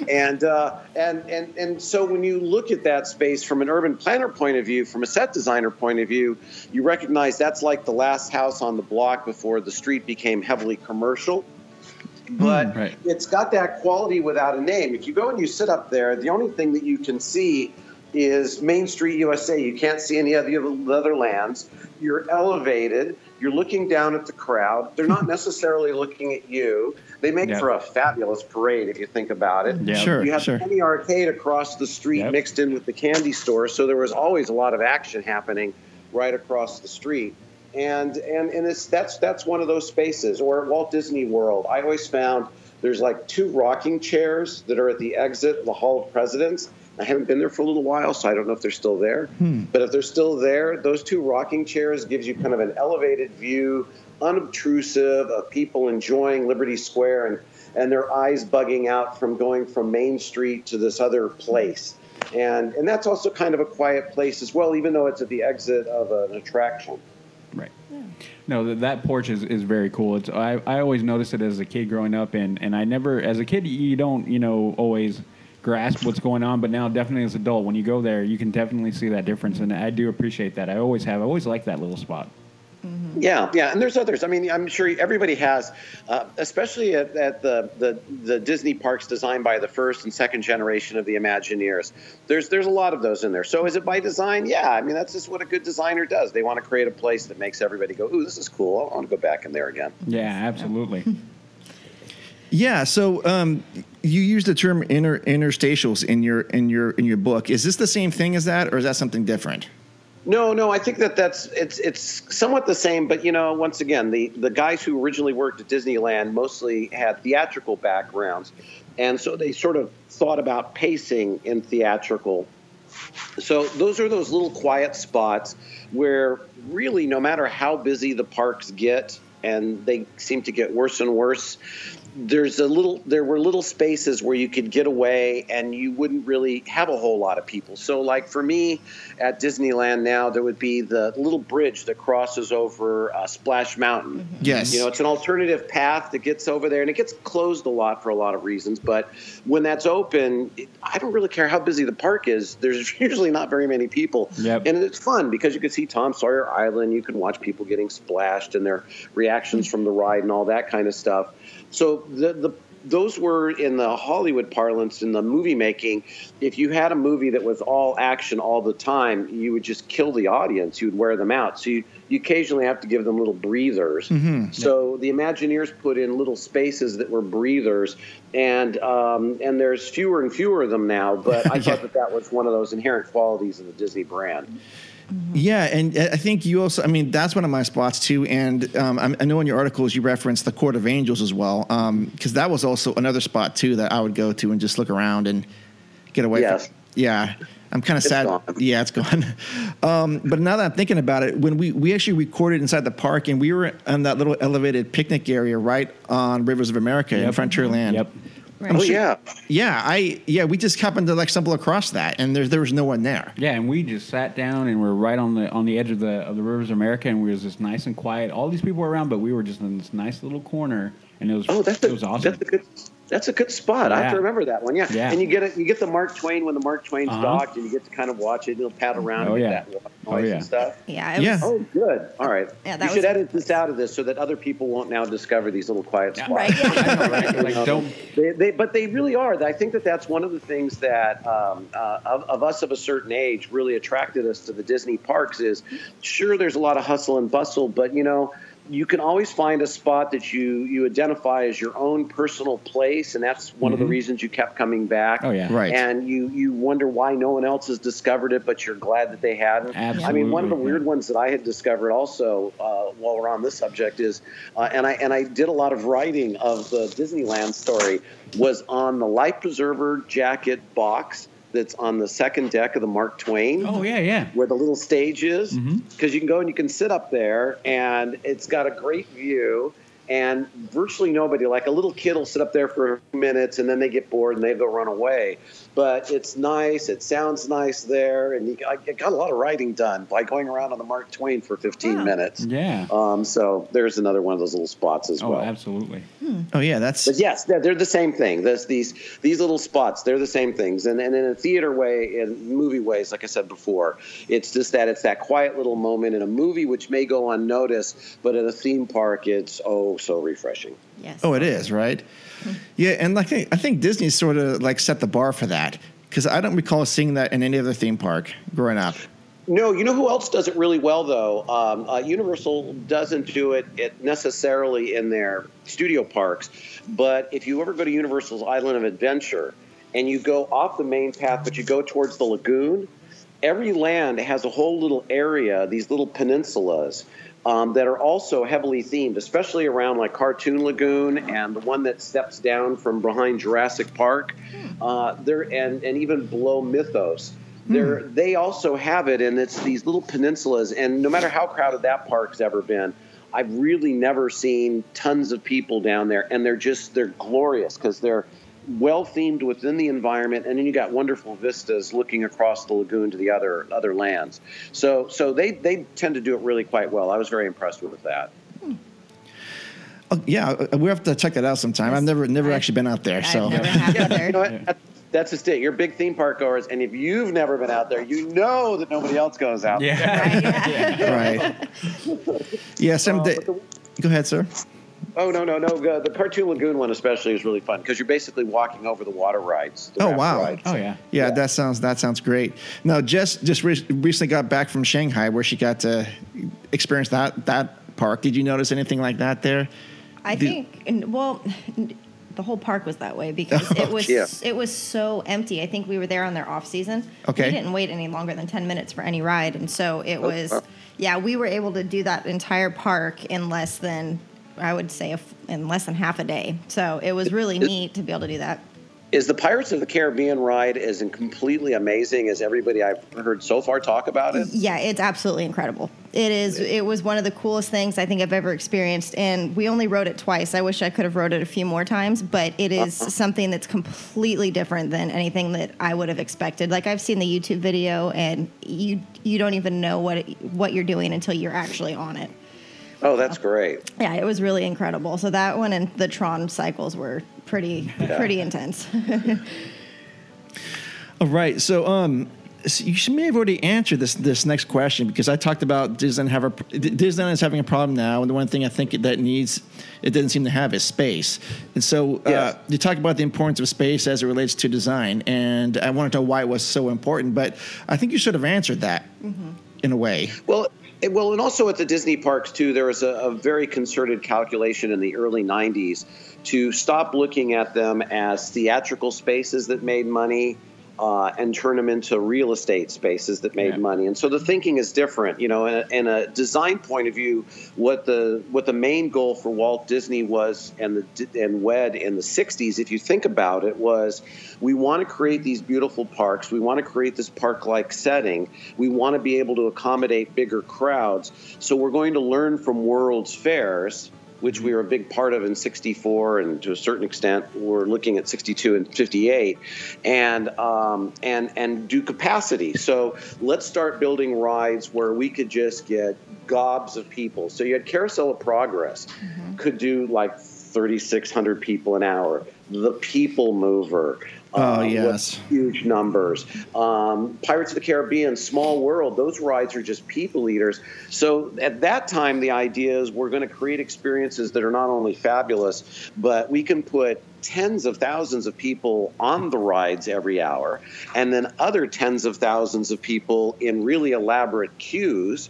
Speaker 11: and uh, and and and so when you look at that space from an urban planner point of view, from a set designer point of view, you recognize that's like the last house on the block before the street became heavily commercial. But
Speaker 5: Hmm, right.
Speaker 11: it's got that quality without a name. If you go and you sit up there, the only thing that you can see is Main Street USA. You can't see any of the other lands. You're elevated. You're looking down at the crowd. They're not necessarily looking at you. They make
Speaker 5: Yeah.
Speaker 11: for a fabulous parade if you think about it.
Speaker 5: Yeah.
Speaker 1: Sure,
Speaker 11: You have
Speaker 1: sure.
Speaker 11: Penny Arcade across the street
Speaker 5: Yep.
Speaker 11: mixed in with the candy store, so there was always a lot of action happening right across the street. And and and it's that's that's one of those spaces. Or at Walt Disney World, I always found there's like two rocking chairs that are at the exit, of the Hall of Presidents. I haven't been there for a little while, so I don't know if they're still there. But if they're still there, those two rocking chairs gives you kind of an elevated view, unobtrusive of people enjoying Liberty Square and and their eyes bugging out from going from Main Street to this other place. And and that's also kind of a quiet place as well, even though it's at the exit of an attraction.
Speaker 5: Right. No, th- that porch is, is very cool. It's I, I always noticed it as a kid growing up, and, and I never as a kid you don't you know always grasp what's going on, but now definitely as an adult when you go there you can definitely see that difference, and I do appreciate that. I always have. I always like that little spot.
Speaker 11: Yeah, yeah, and there's others. I mean, I'm sure everybody has, uh, especially at, at the, the the Disney parks designed by the first and second generation of the Imagineers. There's there's a lot of those in there. So is it by design? Yeah, I mean that's just what a good designer does. They want to create a place that makes everybody go, "Ooh, this is cool. I want to go back in there again."
Speaker 5: Yeah, absolutely.
Speaker 1: Yeah. So um, y- you use the term inter, interstitials in your in your in your book. Is this the same thing as that, or is that something different?
Speaker 11: No, no, I think that that's it's it's somewhat the same, but you know, once again, the the guys who originally worked at Disneyland mostly had theatrical backgrounds, and so they sort of thought about pacing in theatrical. So those are those little quiet spots where really, no matter how busy the parks get, and they seem to get worse and worse. There's a little, there were little spaces where you could get away, and you wouldn't really have a whole lot of people. So, like for me, at Disneyland now, there would be the little bridge that crosses over uh, Splash Mountain.
Speaker 1: Yes.
Speaker 11: you know, it's an alternative path that gets over there, and it gets closed a lot for a lot of reasons. But when that's open, it, I don't really care how busy the park is. There's usually not very many people,
Speaker 5: Yep.
Speaker 11: and it's fun because you can see Tom Sawyer Island, you can watch people getting splashed and their reactions from the ride and all that kind of stuff. So the the those were in the Hollywood parlance in the movie making. If you had a movie that was all action all the time, you would just kill the audience. You would wear them out. So you, you occasionally have to give them little breathers. So the Imagineers put in little spaces that were breathers, and um, and there's fewer and fewer of them now. But I thought that that was one of those inherent qualities of the Disney brand.
Speaker 1: Yeah, and uh, I I think you also. I mean, that's one of my spots too. And um, I I know in your articles you referenced the Court of Angels as well, because that was also another spot too that I would go to and just look around and get away.
Speaker 11: Yes.
Speaker 1: From, yeah, I'm kind of sad.
Speaker 11: gone.
Speaker 1: Yeah, it's gone. Um, but now that I'm thinking about it, when we we actually recorded inside the park and we were in that little elevated picnic area right on Rivers of America in
Speaker 5: Yep.
Speaker 1: Frontierland.
Speaker 5: Yep.
Speaker 4: Right.
Speaker 11: Oh yeah,
Speaker 1: Yeah, I yeah we just happened to like stumble across that, and there there was no one there.
Speaker 5: Yeah, and we just sat down and we're right on the on the edge of the of the rivers of America, and we was just nice and quiet. All these people were around, but we were just in this nice little corner, and it was
Speaker 11: Oh, that's a,
Speaker 5: it was awesome.
Speaker 11: That's a good. That's a good spot. I have to
Speaker 5: Yeah.
Speaker 11: remember that one. Yeah.
Speaker 5: Yeah.
Speaker 11: And you get it. You get the Mark Twain when the Mark Twain's
Speaker 5: Uh-huh.
Speaker 11: docked, and you get to kind of watch it. and It'll pat around.
Speaker 5: Oh,
Speaker 11: and get
Speaker 5: yeah.
Speaker 11: That noise
Speaker 5: Oh, yeah.
Speaker 11: And stuff.
Speaker 4: Yeah. It
Speaker 1: Yeah.
Speaker 4: Was,
Speaker 11: Oh, good. All right.
Speaker 4: Yeah, that
Speaker 11: you
Speaker 4: was-
Speaker 11: should edit this out of this so that other people won't now discover these little quiet spots.
Speaker 4: Right. Yeah.
Speaker 5: I know, right?
Speaker 11: You know,
Speaker 5: Like, don't
Speaker 11: They, they, but they really are. I think that that's one of the things that um, uh, of, of us of a certain age really attracted us to the Disney parks is sure there's a lot of hustle and bustle, but you know you can always find a spot that you you identify as your own personal place, and that's one of the reasons you kept coming back.
Speaker 5: Mm-hmm. Oh, yeah.
Speaker 1: Right.
Speaker 11: And you you wonder why no one else has discovered it, but you're glad that they hadn't. I mean, one of the
Speaker 5: Absolutely.
Speaker 11: weird ones that I had discovered also uh, while we're on this subject is, uh, and I and I did a lot of writing of the Disneyland story was on the life preserver jacket box that's on the second deck of the Mark Twain
Speaker 5: Oh yeah, yeah.
Speaker 11: where the little stage is because
Speaker 5: Mm-hmm.
Speaker 11: you can go and you can sit up there and it's got a great view and virtually nobody like a little kid will sit up there for a few minutes and then they get bored and they go run away but it's nice it sounds nice there and you, I got a lot of writing done by going around on the mark twain for 15
Speaker 4: Wow.
Speaker 11: minutes
Speaker 5: Yeah.
Speaker 11: um, so there's another one of those little spots as
Speaker 5: Oh,
Speaker 11: well
Speaker 5: absolutely.
Speaker 1: Oh yeah, that's
Speaker 11: but yes, they're, they're the same thing. There's these these little spots. They're the same things. And and in a theater way, in movie ways, like I said before, it's just that it's that quiet little moment in a movie which may go unnoticed, but at a theme park, it's oh so refreshing.
Speaker 4: yes.
Speaker 1: Oh, it is right. Yeah, and like I I think Disney sort of like set the bar for that because I don't recall seeing that in any other theme park growing up.
Speaker 11: No, you know who else does it really well though? Um, uh, Universal doesn't do it, it necessarily in their studio parks, but if you ever go to Universal's Island of Adventure and you go off the main path, but you go towards the lagoon, every land has a whole little area, these little peninsulas. Um, that are also heavily themed, especially around like Cartoon Lagoon and the one that steps down from behind Jurassic Park, uh, there and and even below Mythos. They're, They also have it, and it's these little peninsulas. And no matter how crowded that park's ever been, I've really never seen tons of people down there. And they're just they're glorious because they're well themed within the environment, and then you got wonderful vistas looking across the lagoon to the other other lands. So so they they tend to do it really quite well. I was very impressed with that.
Speaker 1: Oh, yeah, uh, we have to check that out sometime. I've never never
Speaker 4: I-
Speaker 1: actually been out there,
Speaker 4: I've
Speaker 1: so
Speaker 4: never have
Speaker 11: You know
Speaker 4: either.
Speaker 11: what? That- That's just it. You're big theme park goers, and if you've never been out there, you know that nobody else goes out. there.
Speaker 5: Yeah.
Speaker 4: Right, yeah.
Speaker 1: right. Yeah, some
Speaker 11: Uh,
Speaker 1: day-
Speaker 11: but the-
Speaker 1: go ahead, sir.
Speaker 11: Oh no no no! The, the Cartoon Lagoon one especially is really fun because you're basically walking over the water rides. the
Speaker 1: Oh,
Speaker 11: raft
Speaker 1: wow.
Speaker 11: rides.
Speaker 5: Oh yeah.
Speaker 1: Yeah, that sounds that sounds great. Now, Jess just re- recently got back from Shanghai, where she got to experience that that park. Did you notice anything like that there?
Speaker 4: I
Speaker 1: The-
Speaker 4: think, and, well, the whole park was that way because it was
Speaker 1: Oh, yeah.
Speaker 4: it was so empty. I think we were there on their off season.
Speaker 1: Okay.
Speaker 4: We didn't wait any longer than ten minutes for any ride, and so it
Speaker 1: Oh,
Speaker 4: was.
Speaker 1: wow.
Speaker 4: Yeah, we were able to do that entire park in less than I would say a f in less than half a day. So it was really neat to be able to do that.
Speaker 11: Is the Pirates of the Caribbean ride as completely amazing as everybody I've heard so far talk about it?
Speaker 4: Yeah, it's absolutely incredible. It is. It was one of the coolest things I think I've ever experienced, and we only rode it twice. I wish I could have rode it a few more times, but it is
Speaker 11: Uh-huh.
Speaker 4: something that's completely different than anything that I would have expected. Like I've seen the YouTube video, and you you don't even know what it, what you're doing until you're actually on it.
Speaker 11: Oh, that's great.
Speaker 4: Yeah, it was really incredible. So that one and the Tron cycles were pretty
Speaker 1: Yeah.
Speaker 4: pretty intense. Oh,
Speaker 1: All right. So, um, so you should may have already answered this this next question because I talked about Disneyland have a Disneyland is having a problem now, and the one thing I think that needs it doesn't seem to have is space. And so uh, you talked about the importance of space as it relates to design, and I wanted to know why it was so important, but I think you should have answered that in a way.
Speaker 11: Well, it- well, and also at the Disney parks too, there was a, a very concerted calculation in the early '90s to stop looking at them as theatrical spaces that made money uh, and turn them into real estate spaces that made money. And so the thinking is different. You know, in a, in a design point of view, what the what the main goal for Walt Disney was and the and Wed in the '60s, if you think about it, was we want to create these beautiful parks. We want to create this park-like setting. We want to be able to accommodate bigger crowds. So we're going to learn from World's Fairs which we were a big part of in 64 and to a certain extent we're looking at 62 and 58 and um, and and do capacity so let's start building rides where we could just get gobs of people so you had carousel of progress could do like 3600 people an hour the people mover Uh,
Speaker 1: Oh,
Speaker 11: was
Speaker 1: yes.
Speaker 11: huge numbers um, pirates of the caribbean small world those rides are just people eaters so at that time the idea is we're going to create experiences that are not only fabulous but we can put tens of thousands of people on the rides every hour and then other tens of thousands of people in really elaborate queues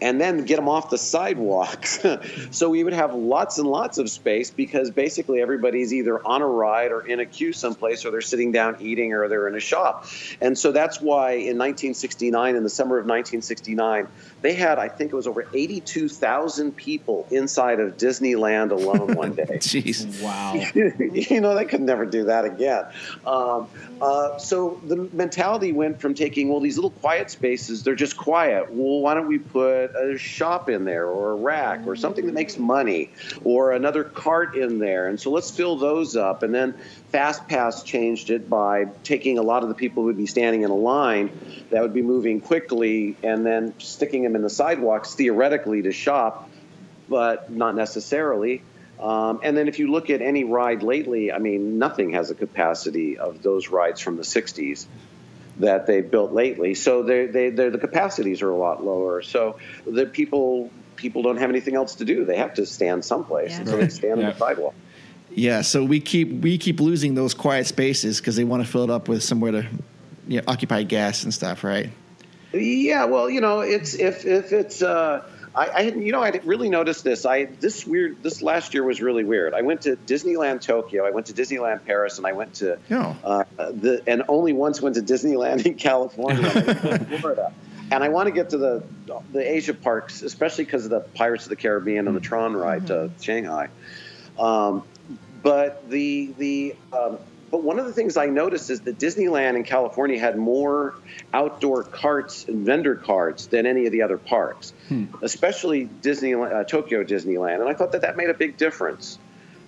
Speaker 11: and then get them off the sidewalks. so we would have lots and lots of space because basically everybody's either on a ride or in a queue someplace or they're sitting down eating or they're in a shop. And so that's why in 1969, in the summer of 1969, they had, I think it was over 82,000 people inside of Disneyland alone one day.
Speaker 1: Jeez.
Speaker 5: Wow.
Speaker 11: you know, they could never do that again. Um, uh, so the mentality went from taking, well, these little quiet spaces, they're just quiet. Well, why don't we put a shop in there or a rack or something that makes money or another cart in there? And so let's fill those up. And then Fast Pass changed it by taking a lot of the people who would be standing in a line that would be moving quickly and then sticking them in the sidewalks theoretically to shop but not necessarily. Um, and then if you look at any ride lately, I mean, nothing has a capacity of those rides from the 60s that they built lately. So they they they're, the capacities are a lot lower. So the people people don't have anything else to do. They have to stand someplace.
Speaker 4: Yeah.
Speaker 11: And so they stand on the sidewalk.
Speaker 1: Yeah. So we keep we keep losing those quiet spaces because they want to fill it up with somewhere to you know, occupy gas and stuff, right?
Speaker 11: Yeah, well, you know, it's if if it's uh, I, I hadn't- you know I hadn't really noticed this. I this weird this last year was really weird. I went to Disneyland Tokyo, I went to Disneyland Paris, and I went to
Speaker 1: No.
Speaker 11: uh, the and only once went to Disneyland in California, I went to Florida. And I want to get to the the Asia parks, especially because of the Pirates of the Caribbean and the Tron ride to Shanghai. Um, but the the um, but one of the things I noticed is that Disneyland in California had more outdoor carts and vendor carts than any of the other parks, especially Disneyland, uh, Tokyo Disneyland, and I thought that that made a big difference.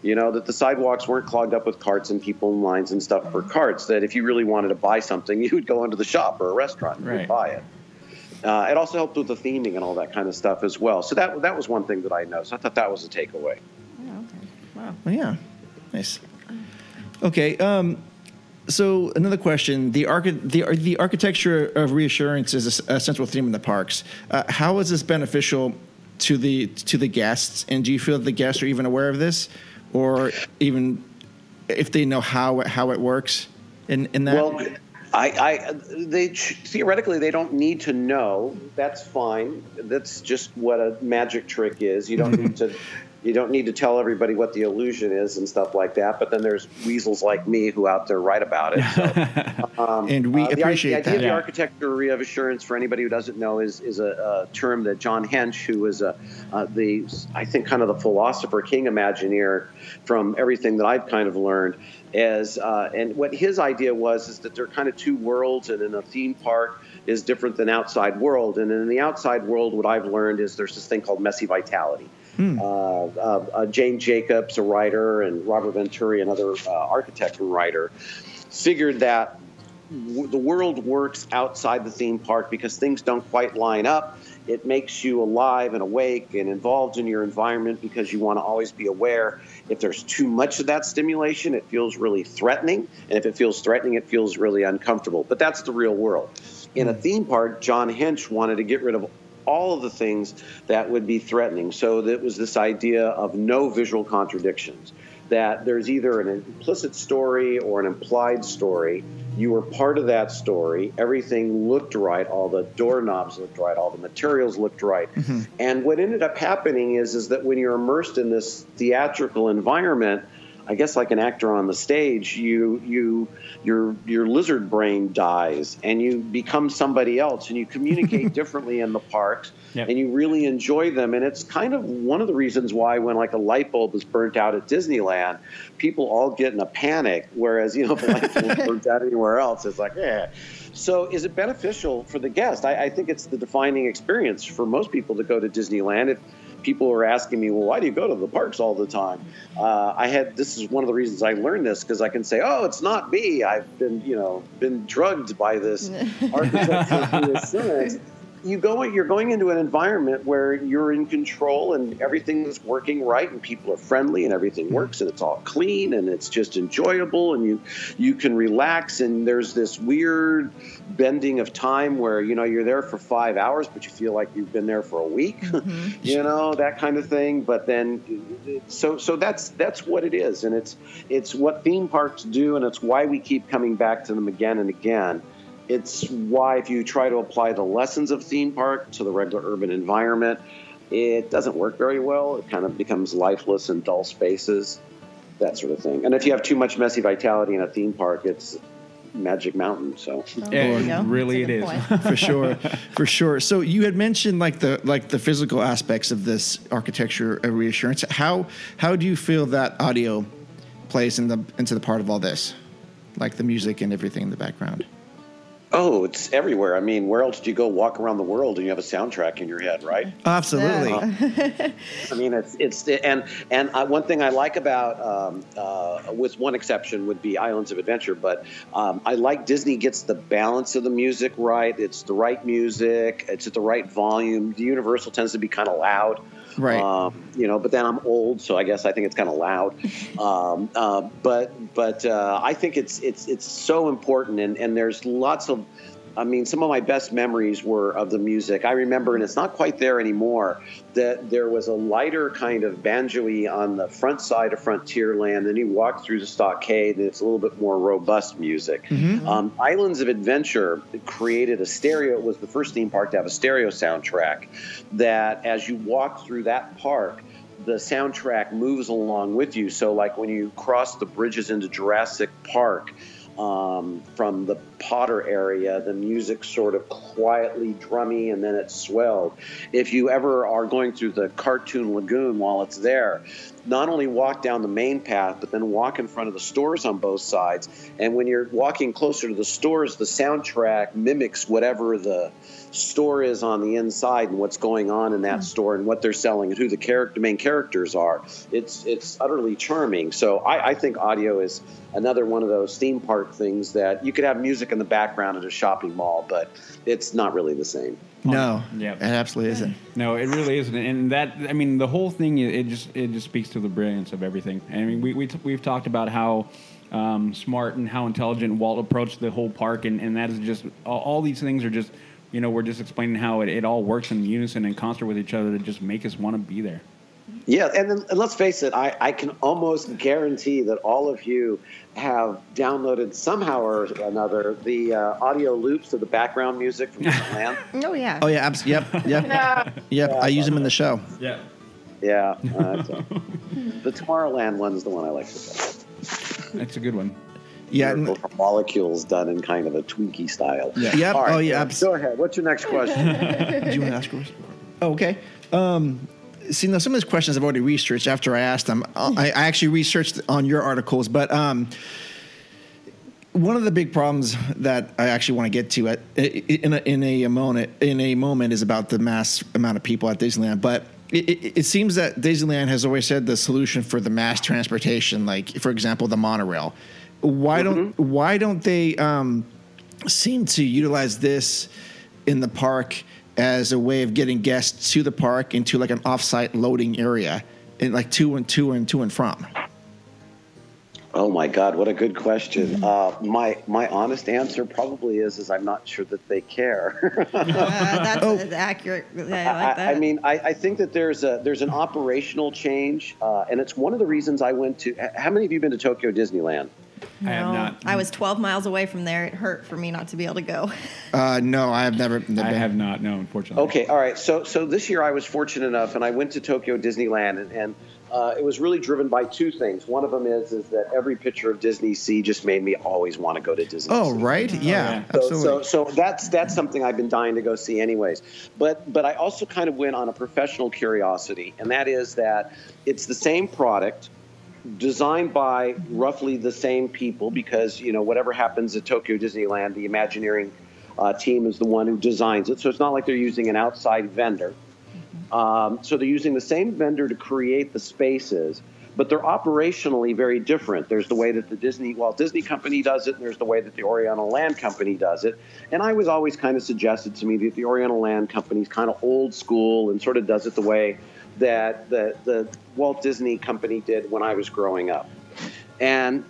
Speaker 11: You know that the sidewalks weren't clogged up with carts and people in lines and stuff for carts. That if you really wanted to buy something, you would go into the shop or a restaurant and
Speaker 5: Right.
Speaker 11: you'd buy it. Uh, it also helped with the theming and all that kind of stuff as well. So that that was one thing that I noticed. I thought that was a takeaway.
Speaker 1: Well, Oh, yeah, nice. Okay, um, so another question: the archi- the ar- the architecture of reassurance is a, s- a central theme in the parks. Uh, how is this beneficial to the to the guests? And do you feel that the guests are even aware of this, or even if they know how it- how it works? In in that,
Speaker 11: Well, I, I they theoretically they don't need to know. That's fine. That's just what a magic trick is. You don't need to. You don't need to tell everybody what the illusion is and stuff like that. But then there's weasels like me who out there write about it. So, um,
Speaker 1: And we
Speaker 11: the i-
Speaker 1: appreciate
Speaker 11: the, idea
Speaker 1: that.
Speaker 11: of the
Speaker 1: Yeah.
Speaker 11: architecture of assurance for anybody who doesn't know is is a, a term that John Hench, who was a uh, the I think kind of the philosopher king Imagineer, from everything that I've kind of learned, is uh, and what his idea was is that there are kind of two worlds, and in a theme park is different than outside world, and in the outside world, what I've learned is there's this thing called messy vitality
Speaker 1: Hmm.
Speaker 11: uh, uh, uh, Jane Jacobs, a writer, and Robert Venturi, another uh, architect and writer, figured that w- the world works outside the theme park because things don't quite line up. It makes you alive and awake and involved in your environment because you want to always be aware. If there's too much of that stimulation, it feels really threatening. And if it feels threatening, it feels really uncomfortable. But that's the real world. In a theme park, John Hench wanted to get rid of all of the things that would be threatening. So that was this idea of no visual contradictions. That there's either an implicit story or an implied story. You were part of that story. Everything looked right. All the doorknobs looked right. All the materials looked right. And what ended up happening is is that when you're immersed in this theatrical environment, I guess like an actor on the stage, you you your your lizard brain dies and you become somebody else and you communicate differently in the parks
Speaker 5: Yep.
Speaker 11: and you really enjoy them and it's kind of one of the reasons why when like a light bulb is burnt out at Disneyland, people all get in a panic whereas you know if a light bulb is burnt out anywhere else it's like yeah. So is it beneficial for the guest? I, I think it's the defining experience for most people to go to Disneyland. If people were asking me, well, why do you go to the parks all the time? Uh, I had this is one of the reasons I learned this because I can say, oh, it's not me. I've been you know been drugged by this architecture through assurance. You go, you're going into an environment where you're in control and everything's working right, and people are friendly, and everything works, and it's all clean, and it's just enjoyable, and you you can relax, and there's this weird bending of time where you know you're there for five hours, but you feel like you've been there for a week. you know that kind of thing but then so so that's that's what it is and it's it's what theme parks do and it's why we keep coming back to them again and again it's why if you try to apply the lessons of theme park to the regular urban environment it doesn't work very well it kind of becomes lifeless and dull spaces that sort of thing and if you have too much messy vitality in a theme park it's magic mountain so
Speaker 5: Yeah,
Speaker 4: there you go.
Speaker 5: really
Speaker 4: That's a
Speaker 5: it
Speaker 4: good
Speaker 5: is.
Speaker 4: point.
Speaker 1: for sure for sure so you had mentioned like the like the physical aspects of this architecture uh, reassurance how how do you feel that audio plays in the into the part of all this like the music and everything in the background
Speaker 11: oh it's everywhere i mean where else do you go walk around the world and you have a soundtrack in your head right
Speaker 1: absolutely
Speaker 11: I mean, it's it's and and I, one thing I like about, um, uh, with one exception, would be Islands of Adventure. But um, I like Disney gets the balance of the music right. It's the right music. It's at the right volume. The Universal tends to be kind of loud.
Speaker 1: Right.
Speaker 11: Um, you know, but then I'm old, so I guess I think it's kind of loud. um, uh, but but uh, I think it's it's it's so important, and and there's lots of I mean, some of my best memories were of the music. I remember, and it's not quite there anymore, that there was a lighter kind of banjoey on the front side of Frontierland. Then you walk through the stockade, and it's a little bit more robust music. Um, Islands of Adventure created a stereo. It was the first theme park to have a stereo soundtrack. That as you walk through that park, the soundtrack moves along with you. So, like when you cross the bridges into Jurassic Park um, from the Potter area, the music sort of quietly drummy and then it swelled. If you ever are going through the Cartoon Lagoon while it's there, not only walk down the main path, but then walk in front of the stores on both sides. And when you're walking closer to the stores, the soundtrack mimics whatever the store is on the inside and what's going on in that store and what they're selling and who the character main characters are. It's it's utterly charming. So I, I think audio is another one of those theme park things that you could have music in the background at a shopping mall, but it's not really the same.
Speaker 1: no
Speaker 5: Yep.
Speaker 1: it absolutely isn't
Speaker 5: No, it really isn't, and that I mean the whole thing. It it just it just speaks to the brilliance of everything. I mean, we, we t- we've talked about how um, smart and how intelligent Walt approached the whole park, and, and that is just all, all these things are just you know we're just explaining how it, it all works in unison and concert with each other to just make us want to be there.
Speaker 11: Yeah, and, then, and let's face it, I, I can almost guarantee that all of you have downloaded somehow or another the uh, audio loops of the background music from Disneyland.
Speaker 4: Oh yeah.
Speaker 1: oh yeah abs- yep yep yep i use them in the show
Speaker 5: Yeah.
Speaker 11: Yeah. uh, so. the Tomorrowland one's the one I like the best.
Speaker 5: That's a good one.
Speaker 1: Yeah.
Speaker 11: Miracle for molecules done in kind of a Twinkie style.
Speaker 1: Yeah. Yep.
Speaker 11: All right,
Speaker 1: Oh, yeah,
Speaker 11: Go
Speaker 1: abs-
Speaker 11: ahead. What's your next question?
Speaker 1: Do you want to ask yours? Oh, okay. Um, see, now some of those questions I've already researched after I asked them. I, I actually researched on your articles, but um, one of the big problems that I actually want to get to at, in a, in a moment in a moment is about the mass amount of people at Disneyland, but. It, it, it seems that Disneyland has always said the solution for the mass transportation, like for example the monorail. Why don't why don't they um, seem to utilize this in the park as a way of getting guests to the park into like an off-site loading area and like to and to and to and from.
Speaker 11: oh my God, what a good question. Uh, my my honest answer probably is is I'm not sure that they care.
Speaker 4: Uh, that's that's accurate. I like that.
Speaker 11: Oh. I, I mean, I, I think that there's a there's an operational change, uh, and it's one of the reasons I went to. h- How many of you been to Tokyo Disneyland?
Speaker 5: I have
Speaker 4: No,
Speaker 5: not.
Speaker 4: I was 12 miles away from there. It hurt for me not to be able to go.
Speaker 1: Uh, no, I have never.
Speaker 5: I have not. No, unfortunately.
Speaker 11: Okay, all right. So so this year I was fortunate enough, and I went to Tokyo Disneyland, and, and uh, it was really driven by two things. One of them is is that every picture of Disney Sea just made me always want to go to Disney.
Speaker 1: Oh,
Speaker 11: Sea.
Speaker 1: right. Yeah,
Speaker 11: So,
Speaker 1: absolutely.
Speaker 11: so, so that's that's something I've been dying to go see, anyways. But but I also kind of went on a professional curiosity, and that is that it's the same product designed by roughly the same people because you know whatever happens at Tokyo Disneyland, the Imagineering uh, team is the one who designs it. So it's not like they're using an outside vendor. Um, so they're using the same vendor to create the spaces, but they're operationally very different. There's the way that the Disney Walt Disney Company does it, and there's the way that the Oriental Land Company does it. And I was always kind of suggested to me that the Oriental Land Company is kind of old school and sort of does it the way that the, the Walt Disney Company did when I was growing up. And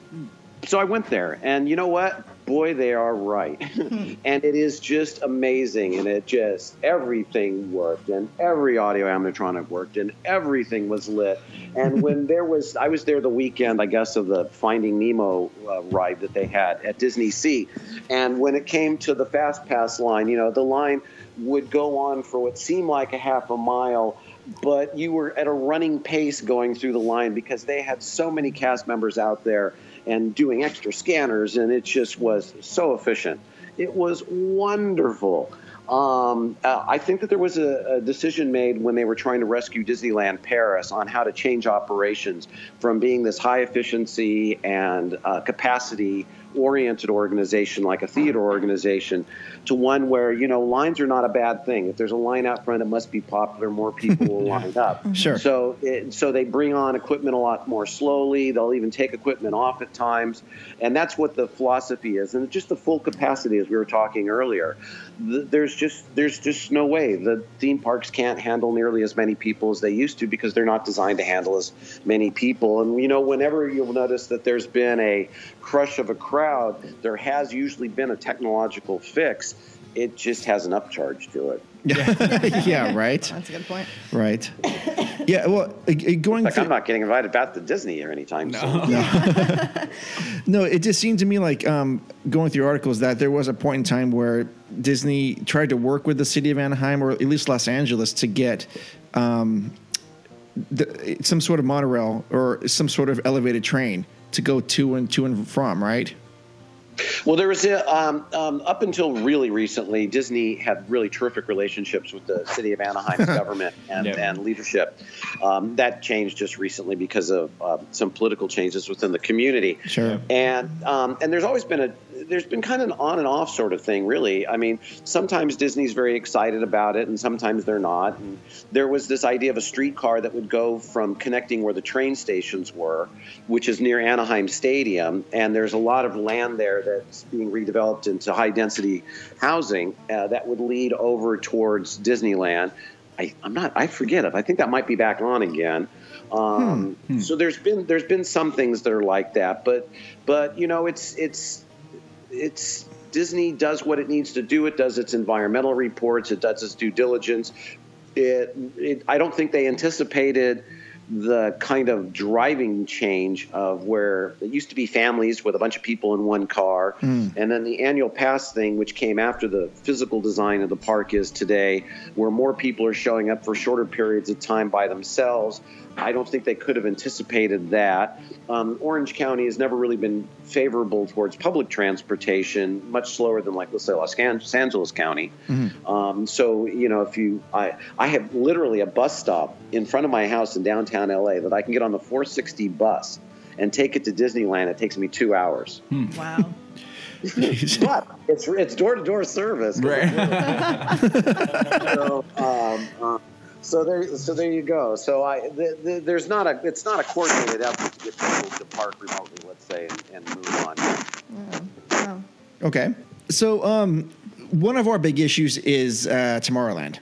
Speaker 11: so I went there, and you know what? Boy, they are right. and it is just amazing. And it just, everything worked, and every audio animatronic worked, and everything was lit. And when there was, I was there the weekend, I guess, of the Finding Nemo uh, ride that they had at Disney Sea. And when it came to the Fast Pass line, you know, the line would go on for what seemed like a half a mile but you were at a running pace going through the line because they had so many cast members out there and doing extra scanners, and it just was so efficient. It was wonderful. Um, uh, I think that there was a, a decision made when they were trying to rescue Disneyland Paris on how to change operations from being this high efficiency and uh, capacity oriented organization like a theater organization to one where you know lines are not a bad thing if there's a line out front it must be popular more people will line up
Speaker 1: Sure.
Speaker 11: so it, so they bring on equipment a lot more slowly they'll even take equipment off at times and that's what the philosophy is and just the full capacity as we were talking earlier Th- there's just there's just no way the theme parks can't handle nearly as many people as they used to because they're not designed to handle as many people and you know whenever you'll notice that there's been a crush of a crowd there has usually been a technological fix it just has an upcharge to it
Speaker 1: yeah, right,
Speaker 4: That's a good point.
Speaker 1: right. Yeah, well, uh, uh, going
Speaker 11: like
Speaker 1: through-
Speaker 11: i'm not getting invited back to disney here anytime soon
Speaker 1: No, it just seemed to me like um, going through articles that there was a point in time where Disney tried to work with the city of Anaheim or at least Los Angeles to get um, the, some sort of monorail or some sort of elevated train to go to and to and from. Right?
Speaker 11: Well, there was a, um, um, up until really recently, Disney had really terrific relationships with the city of Anaheim's government and,
Speaker 5: Yep.
Speaker 11: and leadership. Um, that changed just recently because of uh, some political changes within the community.
Speaker 1: Sure.
Speaker 11: And um, and there's always been a there's been kind of an on and off sort of thing, really. I mean, sometimes Disney's very excited about it, and sometimes they're not. And there was this idea of a streetcar that would go from connecting where the train stations were, which is near Anaheim Stadium, and there's a lot of land there that's being redeveloped into high density housing uh, that would lead over towards Disneyland. I, I'm not. I forget if I think that might be back on again. Um, So there's been there's been some things that are like that, but but you know it's it's it's Disney does what it needs to do. It does its environmental reports. It does its due diligence. It, it I don't think they anticipated the kind of driving change of where it used to be families with a bunch of people in one car,
Speaker 12: Mm.
Speaker 11: and then the annual pass thing, which came after the physical design of the park is today, where more people are showing up for shorter periods of time by themselves. I don't think they could have anticipated that. Um, Orange County has never really been favorable towards public transportation, much slower than, like, let's say, Los An- Los Angeles County. Um, so you know, if you, I, I have literally a bus stop in front of my house in downtown LA that I can get on the 460 bus and take it to Disneyland. It takes me two hours.
Speaker 4: Hmm.
Speaker 5: Hmm.
Speaker 4: Wow.
Speaker 11: but it's it's door to door service. so, um, uh, so there, so there you go. So I, th th there's not a, it's not a coordinated effort to get people to park remotely, let's say, and, and move on.
Speaker 1: Okay. So um, one of our big issues is uh, Tomorrowland.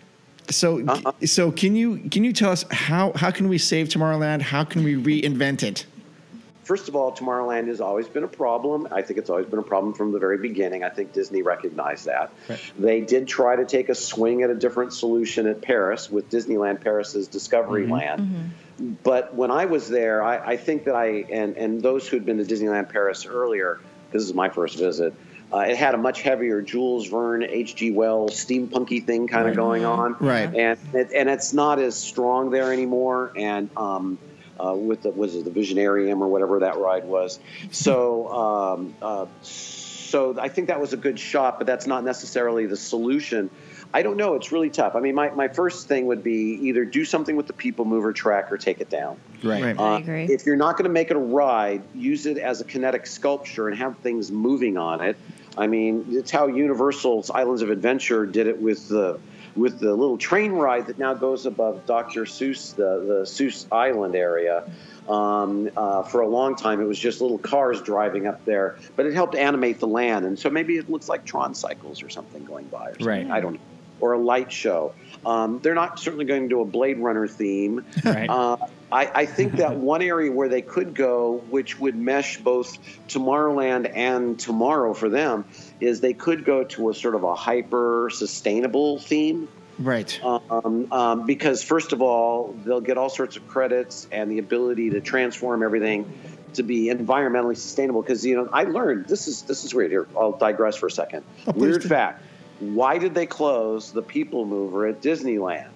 Speaker 1: So so can you can you tell us how how can we save Tomorrowland? How can we reinvent it?
Speaker 11: first of all, Tomorrowland has always been a problem. I think it's always been a problem from the very beginning. I think Disney recognized that. They did try to take a swing at a different solution at Paris with Disneyland Paris's
Speaker 1: Mm-hmm.
Speaker 11: Discovery Land. But when I was there, I, I think that I and and those who'd been to Disneyland Paris earlier, this is my first visit. Uh, it had a much heavier Jules Verne, H.G. Wells steampunky thing kind of going on,
Speaker 1: Right.
Speaker 11: And it, and it's not as strong there anymore. And um, uh, with the was it the Visionarium or whatever that ride was. So um, uh, so I think that was a good shot, but that's not necessarily the solution. I don't know. It's really tough. I mean, my, my first thing would be either do something with the people mover track or take it down.
Speaker 1: Right.
Speaker 11: Uh, If you're not going to make it a ride, use it as a kinetic sculpture and have things moving on it. I mean, it's how Universal's Islands of Adventure did it with the with the little train ride that now goes above Dr. Seuss, the, the Seuss Island area. Um, uh, for a long time, it was just little cars driving up there, but it helped animate the land. And so maybe it looks like Tron cycles or something going by, or something.
Speaker 5: Right.
Speaker 11: I don't know, or a light show. Um, they're not certainly going to do a Blade Runner theme.
Speaker 5: Right.
Speaker 11: Uh, I, I think that one area where they could go, which would mesh both Tomorrowland and tomorrow for them, is they could go to a sort of a hyper sustainable theme.
Speaker 1: Right.
Speaker 11: Um, um, because first of all, they'll get all sorts of credits and the ability to transform everything to be environmentally sustainable. Because you know, I learned this is this is weird. Here, I'll digress for a second.
Speaker 1: Oh, please
Speaker 11: weird
Speaker 1: do.
Speaker 11: fact: Why did they close the People Mover at Disneyland?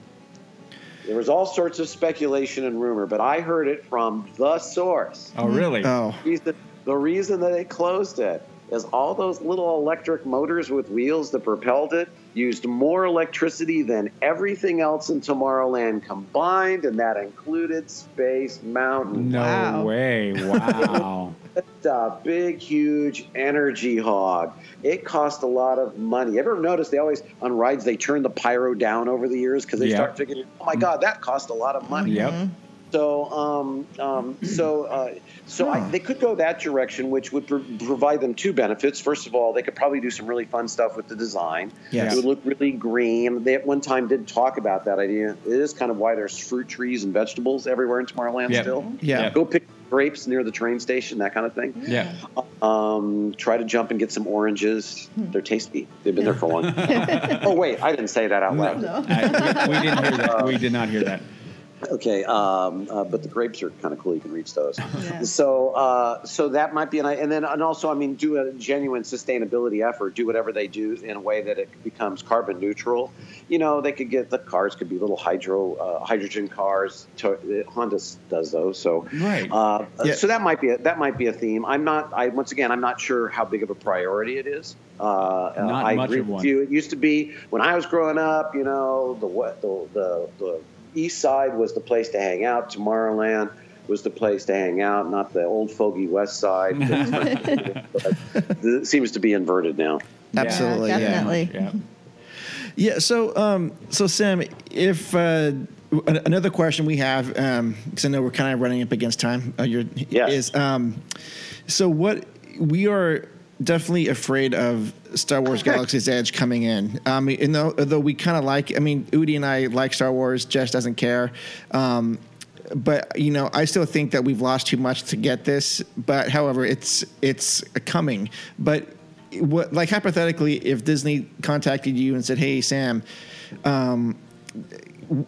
Speaker 11: There was all sorts of speculation and rumor, but I heard it from the source.
Speaker 5: Oh, really?
Speaker 1: Oh.
Speaker 11: Reason- the reason that they closed it is all those little electric motors with wheels that propelled it used more electricity than everything else in Tomorrowland combined, and that included Space Mountain.
Speaker 5: No
Speaker 11: Wow.
Speaker 5: way. Wow.
Speaker 11: It's a big, huge energy hog. It cost a lot of money. Ever notice they always on rides they turn the pyro down over the years because they
Speaker 5: Yep.
Speaker 11: start figuring, oh my god, that cost a lot of money.
Speaker 5: Yep.
Speaker 11: So, um, um, so, uh, so I, they could go that direction, which would pr- provide them two benefits. First of all, they could probably do some really fun stuff with the design.
Speaker 1: Yes.
Speaker 11: It would look really green. They at one time did talk about that idea. It is kind of why there's fruit trees and vegetables everywhere in Tomorrowland
Speaker 5: Yep.
Speaker 11: still.
Speaker 1: Yeah.
Speaker 11: Go pick grapes near the train station, that kind of thing.
Speaker 5: Yeah.
Speaker 11: Um, try to jump and get some oranges. They're tasty. They've been there for a long time. oh, wait, I didn't say that out loud.
Speaker 5: I- we, we didn't hear that. We did not hear that.
Speaker 11: Okay, um, uh, but the grapes are kind of cool. You can reach those. So, uh, so that might be an and then and also, I mean, do a genuine sustainability effort. Do whatever they do in a way that it becomes carbon neutral. You know, they could get the cars could be little hydro uh, hydrogen cars. To, uh, Honda s- does those, so
Speaker 5: Right.
Speaker 11: uh, So that might be a, that might be a theme. I'm not. I once again, I'm not sure how big of a priority it is. Uh, uh,
Speaker 5: Not
Speaker 11: I
Speaker 5: much
Speaker 11: agree
Speaker 5: of
Speaker 11: with
Speaker 5: one.
Speaker 11: you. It used to be when I was growing up. You know, the what the the, the East Side was the place to hang out. Tomorrowland was the place to hang out, not the old fogey West Side. it seems to be inverted now.
Speaker 1: Absolutely. Yeah.
Speaker 4: definitely.
Speaker 5: Yeah.
Speaker 1: Yeah. So, um, so Sam, if uh, w- an- another question we have, because I know we're kind of running up against time, uh, you're, is um, so what we are definitely afraid of Star Wars Galaxy's Edge coming in. Um, and though, though we kind of like, I mean, Udi and I like Star Wars. Jess doesn't care. Um, but you know, I still think that we've lost too much to get this. But however, it's it's coming. But what like hypothetically if disney contacted you and said hey sam um,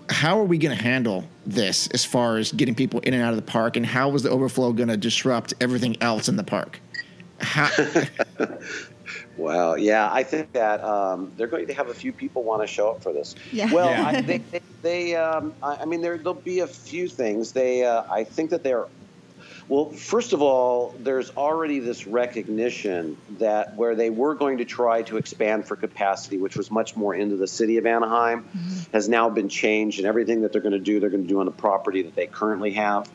Speaker 1: how are we going to handle this as far as getting people in and out of the park, and how is the overflow going to disrupt everything else in the park? How,
Speaker 11: Wow. Yeah, I think that um, they're going to have a few people want to show up for this.
Speaker 4: Yeah.
Speaker 11: Well,
Speaker 4: Yeah.
Speaker 11: I, they, they, they um, I, I mean, there, there'll be a few things. They, uh, I think that they're. Well, first of all, there's already this recognition that where they were going to try to expand for capacity, which was much more into the city of Anaheim, has now been changed, and everything that they're going to do, they're going to do on the property that they currently have.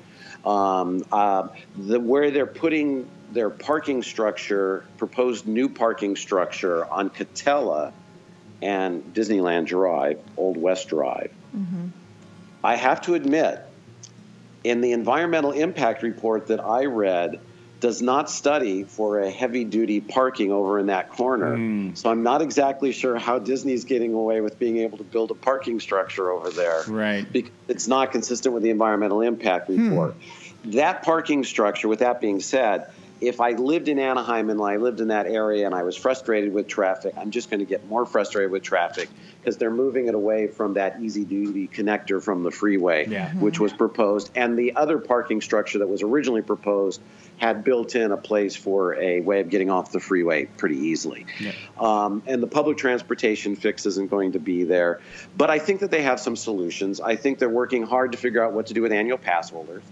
Speaker 11: Um, uh, the, where they're putting their parking structure, proposed new parking structure on Catella and Disneyland Drive, Old West Drive. I have to admit, in the environmental impact report that I read, does not study for a heavy duty parking over in that corner. So I'm not exactly sure how Disney's getting away with being able to build a parking structure over there.
Speaker 5: Right.
Speaker 11: Because it's not consistent with the environmental impact report. That parking structure, with that being said, if I lived in Anaheim and I lived in that area and I was frustrated with traffic, I'm just going to get more frustrated with traffic because they're moving it away from that easy duty connector from the freeway,
Speaker 5: Yeah.
Speaker 11: which was proposed. And the other parking structure that was originally proposed had built in a place for a way of getting off the freeway pretty easily. Um, and the public transportation fix isn't going to be there. But I think that they have some solutions. I think they're working hard to figure out what to do with annual pass holders.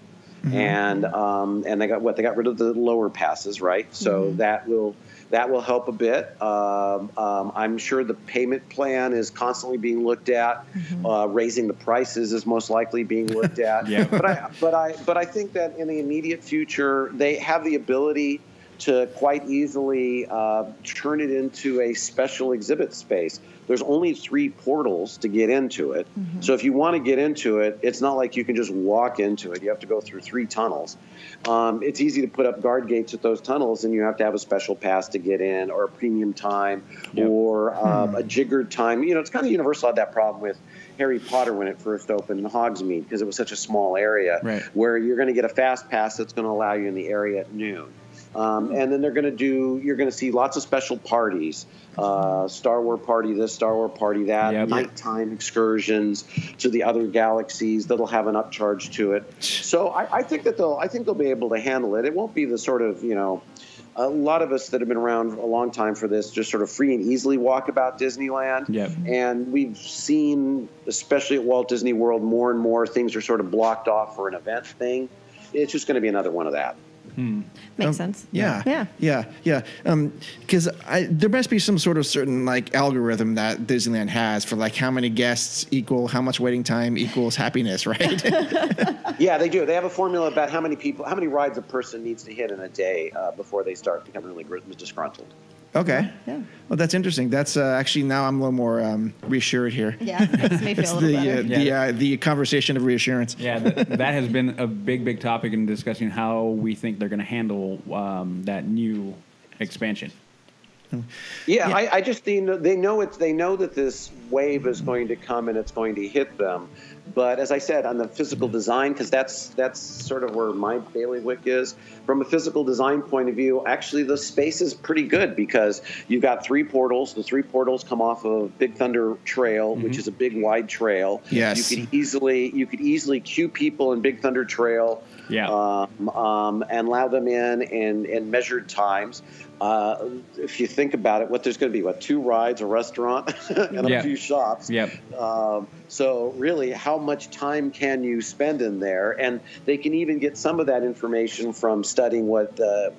Speaker 11: And um, and they got what they got rid of the lower passes, right? So that will that will help a bit. Um, um, I'm sure the payment plan is constantly being looked at. Uh, raising the prices is most likely being looked at.
Speaker 5: Yeah.
Speaker 11: But I but I but I think that in the immediate future they have the ability to quite easily uh, turn it into a special exhibit space. There's only three portals to get into it. So if you want to get into it, it's not like you can just walk into it. You have to go through three tunnels. Um, it's easy to put up guard gates at those tunnels, and you have to have a special pass to get in, or a premium time, or um, a jiggered time. You know, it's kind of universal. Had that problem with Harry Potter when it first opened in Hogsmeade because it was such a small area
Speaker 5: Right.
Speaker 11: where you're going to get a fast pass that's going to allow you in the area at noon. Um, and then they're going to do, you're going to see lots of special parties uh, Star Wars party this, Star Wars party that,
Speaker 5: Yep.
Speaker 11: nighttime excursions to the other galaxies that'll have an upcharge to it. So I, I think that they'll, I think they'll be able to handle it. It won't be the sort of, you know, a lot of us that have been around a long time for this just sort of free and easily walk about Disneyland.
Speaker 5: Yep.
Speaker 11: And we've seen, especially at Walt Disney World, more and more things are sort of blocked off for an event thing. It's just going to be another one of that.
Speaker 4: Makes
Speaker 1: Um,
Speaker 4: sense.
Speaker 1: Yeah,
Speaker 4: Yeah.
Speaker 1: yeah, yeah. Because I there must be some sort of certain like algorithm that Disneyland has for like how many guests equal how much waiting time equals happiness, right?
Speaker 11: Yeah, they do. They have a formula about how many people, how many rides a person needs to hit in a day uh, before they start becoming really gr- disgruntled.
Speaker 1: okay.
Speaker 4: Yeah.
Speaker 1: Well, that's interesting. That's uh, actually now I'm a little more um, reassured here.
Speaker 4: Yeah. Makes me
Speaker 1: It's
Speaker 4: feel a little
Speaker 1: the uh,
Speaker 4: better.
Speaker 1: the
Speaker 5: Yeah.
Speaker 1: uh, the conversation of reassurance.
Speaker 5: Yeah, that, that has been a big, big topic in discussing how we think they're going to handle um, that new expansion.
Speaker 11: Yeah, I, I just they know, they know it's they know that this wave is going to come and it's going to hit them. But as I said, on the physical design, because that's that's sort of where my bailiwick is. From a physical design point of view, actually the space is pretty good because you've got three portals. The three portals come off of Big Thunder Trail, which is a big wide trail.
Speaker 1: Yes.
Speaker 11: you could easily you could easily queue people in Big Thunder Trail
Speaker 5: Yeah.
Speaker 11: um, um, and allow them in in, in measured times. Uh, if you think about it, what there's going to be, what, two rides, a restaurant, and
Speaker 5: Yeah.
Speaker 11: a few shops.
Speaker 5: Yep.
Speaker 11: Um, so, really, how much time can you spend in there? And they can even get some of that information from studying what uh,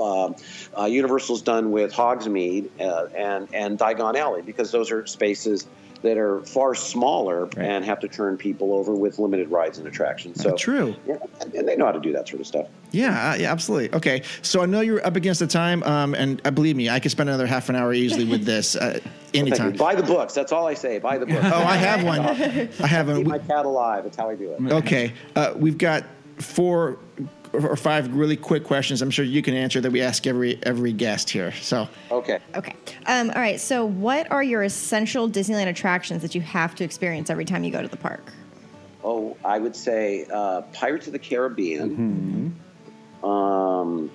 Speaker 11: um uh, Universal's done with Hogsmeade uh, and, and Diagon Alley, because those are spaces that are far smaller and have to turn people over with limited rides and attractions. So,
Speaker 1: True.
Speaker 11: yeah, and they know how to do that sort of stuff.
Speaker 1: Yeah, uh, yeah, absolutely. Okay, so I know you're up against the time, um, and uh, believe me, I could spend another half an hour easily with this uh,
Speaker 11: Thank you.
Speaker 1: anytime.
Speaker 11: Buy the books. That's all I say. Buy the books.
Speaker 1: Oh, I have one. I have
Speaker 11: Keep
Speaker 1: one.
Speaker 11: my cat alive. That's how I do it.
Speaker 1: Okay, uh, we've got four or five really quick questions. I'm sure you can answer that we ask every every guest here. So,
Speaker 11: Okay.
Speaker 4: Okay. Um, all right. So, what are your essential Disneyland attractions that you have to experience every time you go to the park?
Speaker 11: Oh, I would say uh, Pirates of the Caribbean. Um,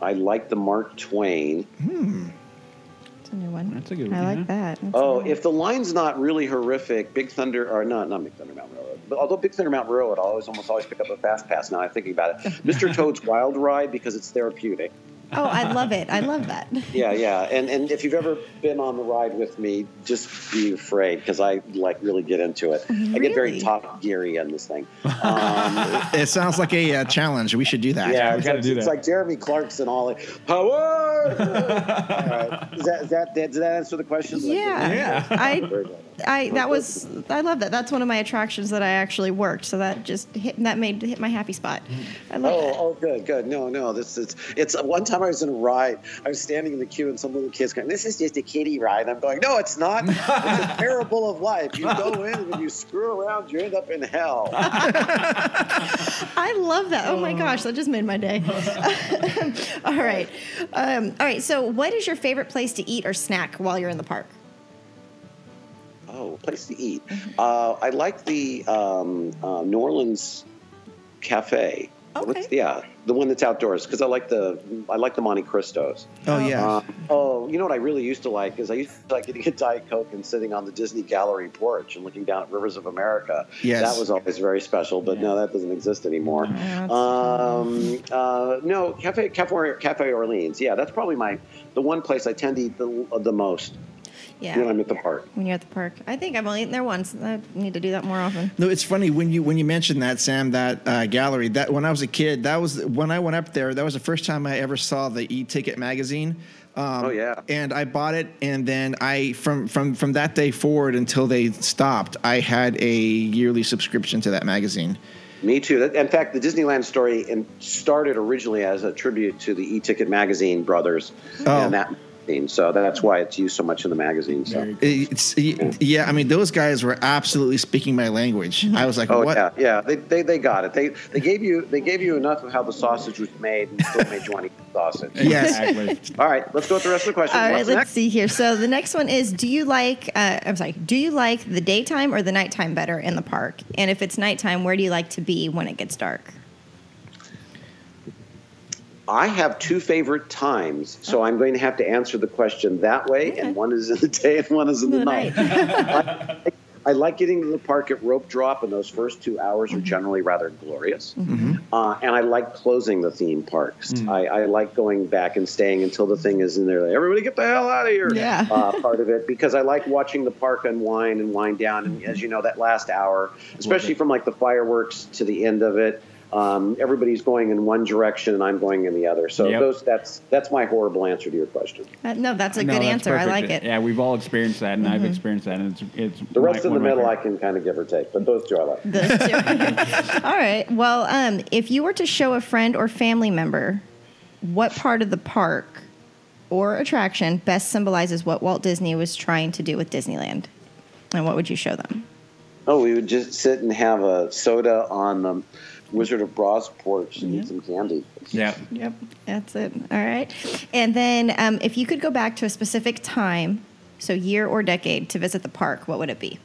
Speaker 11: I like the Mark Twain.
Speaker 4: That's a new one.
Speaker 5: That's a good
Speaker 4: I
Speaker 5: one,
Speaker 4: like
Speaker 5: yeah.
Speaker 4: that. That's
Speaker 11: Oh,
Speaker 4: a new
Speaker 11: if the line's not really horrific, Big Thunder or not, not Big Thunder Mountain Railroad. But although Big Thunder Mountain Railroad, I always almost always pick up a fast pass. Now I'm thinking about it. Mr. Toad's Wild Ride because it's therapeutic.
Speaker 4: one. oh, I love it. I love that.
Speaker 11: Yeah, yeah. And and if you've ever been on the ride with me, just be afraid because I like really get into it. I get very
Speaker 4: Really?
Speaker 11: top geary on this thing. Um,
Speaker 1: It sounds like a uh, challenge. We should do that.
Speaker 11: yeah,
Speaker 5: we
Speaker 11: it's,
Speaker 5: gotta
Speaker 11: like,
Speaker 5: do
Speaker 11: it's
Speaker 5: that.
Speaker 11: like Jeremy Clarkson all like, power. All right. Is that, is that, did that answer the question?
Speaker 4: Yeah.
Speaker 5: Yeah.
Speaker 11: Very
Speaker 4: I,
Speaker 11: good.
Speaker 4: I that was I love that. That's one of my attractions that I actually worked. So that just hit that made hit my happy spot.
Speaker 5: Mm-hmm.
Speaker 4: I love
Speaker 11: Oh,
Speaker 4: that.
Speaker 11: oh, good, good. No, no, this is it's. One time I was in a ride. I was standing in the queue, and some little kid's going, "This is just a kiddie ride." I'm going, "No, it's not. It's a parable of life. You go in, and if you screw around, you end up in hell."
Speaker 4: I love that. Oh my gosh, that just made my day. all right, um, all right. So, what is your favorite place to eat or snack while you're in the park?
Speaker 11: Oh, place to eat. Uh, I like the um, uh, New Orleans Cafe.
Speaker 4: Okay.
Speaker 11: What's- yeah, the one that's outdoors because I like the I like the Monte Cristos.
Speaker 1: Oh yeah.
Speaker 11: Uh, oh, you know what I really used to like is I used to like getting a Diet Coke and sitting on the Disney Gallery porch and looking down at Rivers of America.
Speaker 1: Yes.
Speaker 11: That was always very special, but no, that doesn't exist anymore. Um, uh, no, Cafe, Cafe Cafe Orleans. Yeah, that's probably my the one place I tend to eat the, the most
Speaker 4: Yeah,
Speaker 11: when I'm at the park.
Speaker 4: when you're at the park. I think I've only eaten there once. I need to do that more often.
Speaker 1: No, it's funny when you when you mentioned that Sam that uh, gallery that when I was a kid that was when I went up there that was the first time I ever saw the E Ticket magazine. Um,
Speaker 11: Oh, yeah.
Speaker 1: and I bought it, and then I from from from that day forward until they stopped, I had a yearly subscription to that magazine.
Speaker 11: Me too. That- In fact, the Disneyland story in, started originally as a tribute to the E-Ticket magazine brothers
Speaker 1: Oh.
Speaker 11: and that magazine. So that's why it's used so much in the magazine. So.
Speaker 1: It's yeah, I mean those guys were absolutely speaking my language. I was like,
Speaker 11: Oh
Speaker 1: what?
Speaker 11: yeah, yeah. They, they they got it. They they gave you they gave you enough of how the sausage was made and still made you want to eat the sausage.
Speaker 1: Yes.
Speaker 5: Exactly.
Speaker 11: All right, let's go with the rest of the questions.
Speaker 4: All right,
Speaker 11: What's
Speaker 4: let's
Speaker 11: next?
Speaker 4: see here. So the next one is: Do you like? Uh, I'm sorry. Do you like the daytime or the nighttime better in the park? And if it's nighttime, where do you like to be when it gets dark?
Speaker 11: I have two favorite times,
Speaker 4: Oh.
Speaker 11: so I'm going to have to answer the question that way, and one is in the day and one is in the,
Speaker 4: The
Speaker 11: night. I, I like getting to the park at rope drop, and those first two hours
Speaker 5: Mm-hmm.
Speaker 11: are generally rather glorious. Uh, and I like closing the theme parks.
Speaker 5: Mm.
Speaker 11: I, I like going back and staying until the thing is in there. Like, Everybody, get the hell out of here!
Speaker 4: Yeah.
Speaker 11: Uh, part of it because I like watching the park unwind and wind down. And as you know, that last hour, especially from like the fireworks to the end of it. Um, everybody's going in one direction and I'm going in the other. So
Speaker 5: Yep.
Speaker 11: those that's that's my horrible answer to your question.
Speaker 4: Uh, no, that's a
Speaker 5: No,
Speaker 4: good
Speaker 5: that's
Speaker 4: answer. I like
Speaker 5: perfect.
Speaker 4: it.
Speaker 5: Yeah, we've all experienced that, and I've experienced that, and it's it's
Speaker 11: The rest
Speaker 5: my-
Speaker 11: in the
Speaker 5: one of my
Speaker 11: middle I
Speaker 5: favorite-
Speaker 11: can kind of give or take, but those two I like.
Speaker 4: Those two. All right. Well, um, if you were to show a friend or family member what part of the park or attraction best symbolizes what Walt Disney was trying to do with Disneyland, and what would you show them?
Speaker 11: Oh, we would just sit and have a soda on the Wizard of Bras porch and eat
Speaker 4: Mm-hmm.
Speaker 11: some candy.
Speaker 5: Yeah.
Speaker 4: Yep, that's it. All right. And then um, if you could go back to a specific time, so year or decade, to visit the park, what would it be?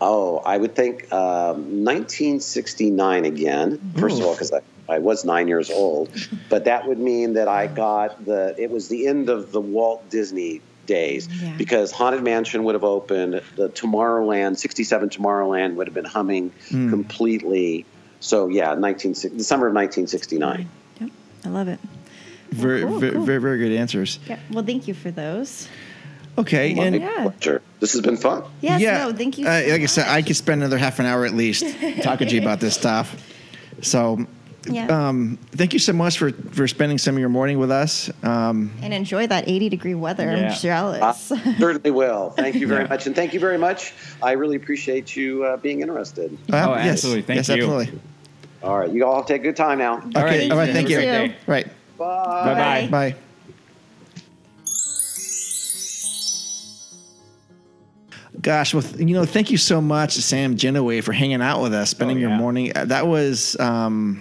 Speaker 11: Oh, I would think um, 1969 again. First of all, because I, I was nine years old, but that would mean that I got the. It was the end of the Walt Disney days
Speaker 4: Yeah.
Speaker 11: because Haunted Mansion would have opened. The Tomorrowland, 67 Tomorrowland, would have been humming
Speaker 4: Hmm.
Speaker 11: completely. So yeah, 19 the summer of 1969.
Speaker 4: Yep, I love it.
Speaker 1: Very,
Speaker 4: Cool,
Speaker 1: very,
Speaker 4: cool.
Speaker 1: very, very good answers.
Speaker 4: Yeah. Well, thank you for those.
Speaker 1: Okay, and
Speaker 4: Yeah.
Speaker 11: Pleasure. This has been fun.
Speaker 4: Yes, no, thank you.
Speaker 1: Uh,
Speaker 4: so
Speaker 1: like I said,
Speaker 4: much.
Speaker 1: I could spend another half an hour at least talking to you about this stuff. So,
Speaker 4: Yeah.
Speaker 1: um, thank you so much for for spending some of your morning with us. Um,
Speaker 4: and enjoy that 80 degree weather.
Speaker 5: Yeah.
Speaker 4: I'm jealous.
Speaker 11: I Uh, certainly will. Thank you very much, and thank you very much. I really appreciate you uh, being interested.
Speaker 1: well,
Speaker 5: Oh, absolutely. Thank
Speaker 1: yes,
Speaker 5: you.
Speaker 1: Absolutely.
Speaker 11: All right, you all take a good time now.
Speaker 5: All
Speaker 1: Okay,
Speaker 5: right,
Speaker 1: all right,
Speaker 5: have
Speaker 1: thank
Speaker 5: a
Speaker 1: you.
Speaker 5: great day.
Speaker 1: Right.
Speaker 11: Bye.
Speaker 4: Bye.
Speaker 5: Bye bye.
Speaker 1: Bye. Gosh, well, th- you know, thank you so much, Sam Genoway, for hanging out with us, spending your
Speaker 5: Oh, yeah.
Speaker 1: morning. Uh, That was. Um,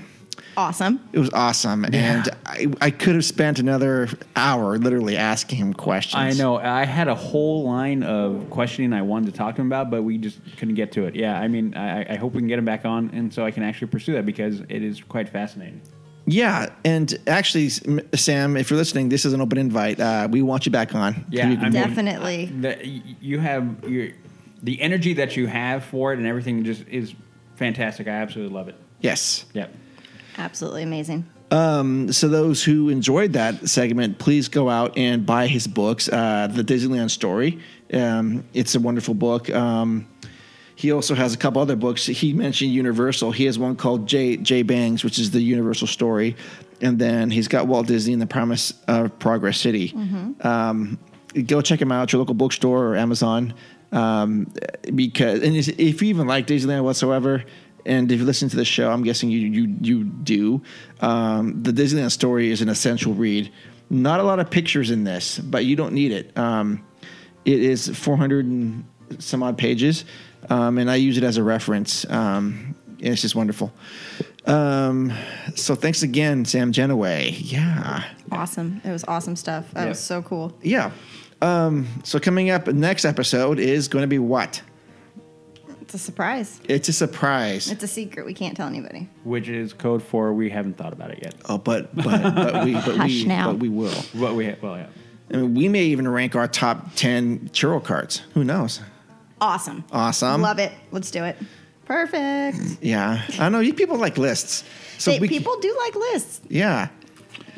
Speaker 4: awesome.
Speaker 1: It was awesome, and I, I could have spent another hour literally asking him questions.
Speaker 5: I know. I had a whole line of questioning I wanted to talk to him about, but we just couldn't get to it. Yeah, I mean, I, I hope we can get him back on, and so I can actually pursue that because it is quite fascinating.
Speaker 1: Yeah, and actually, S- M- Sam, if you're listening, this is an open invite. Uh, we want you back on.
Speaker 5: Yeah,
Speaker 1: You
Speaker 5: I
Speaker 1: can-
Speaker 5: mean,
Speaker 4: Definitely.
Speaker 5: uh, the- y- you have your, the energy that you have for it, and everything just is fantastic. I absolutely love it.
Speaker 1: yes.
Speaker 5: Yep.
Speaker 4: Absolutely amazing.
Speaker 1: Um, so those who enjoyed that segment, please go out and buy his books, uh, The Disneyland Story. Um, it's a wonderful book. Um, he also has a couple other books. He mentioned Universal. He has one called J J Bangs, which is the Universal story, and then he's got Walt Disney and the Promise of Progress City. Um, go check him out at your local bookstore or Amazon. Um, because and is- if you even like Disneyland whatsoever, and if you listen to the show, I'm guessing you you you do. Um, the Disneyland story is an essential read. Not a lot of pictures in this, but you don't need it. Um, it is 400 and some odd pages, um, and I use it as a reference. Um, and it's just wonderful. Um, so thanks again, Sam Genoway. Yeah,
Speaker 4: Awesome. It was awesome stuff. That
Speaker 1: Yeah.
Speaker 4: was so cool.
Speaker 1: yeah. Um, so coming up next episode is going to be what?
Speaker 4: It's a surprise.
Speaker 1: It's a surprise.
Speaker 4: It's a secret. We can't tell anybody.
Speaker 5: Which is code for we haven't thought about it yet.
Speaker 1: Oh, but but but we but
Speaker 4: Hush
Speaker 1: we
Speaker 4: now.
Speaker 1: but we will.
Speaker 5: What we well yeah.
Speaker 1: I mean, we may even rank our top ten churro carts. Who knows?
Speaker 4: Awesome.
Speaker 1: Awesome.
Speaker 4: Love it. Let's do it. Perfect.
Speaker 1: Yeah, I know you people like lists. So
Speaker 4: They-
Speaker 1: we,
Speaker 4: people do like lists.
Speaker 1: yeah.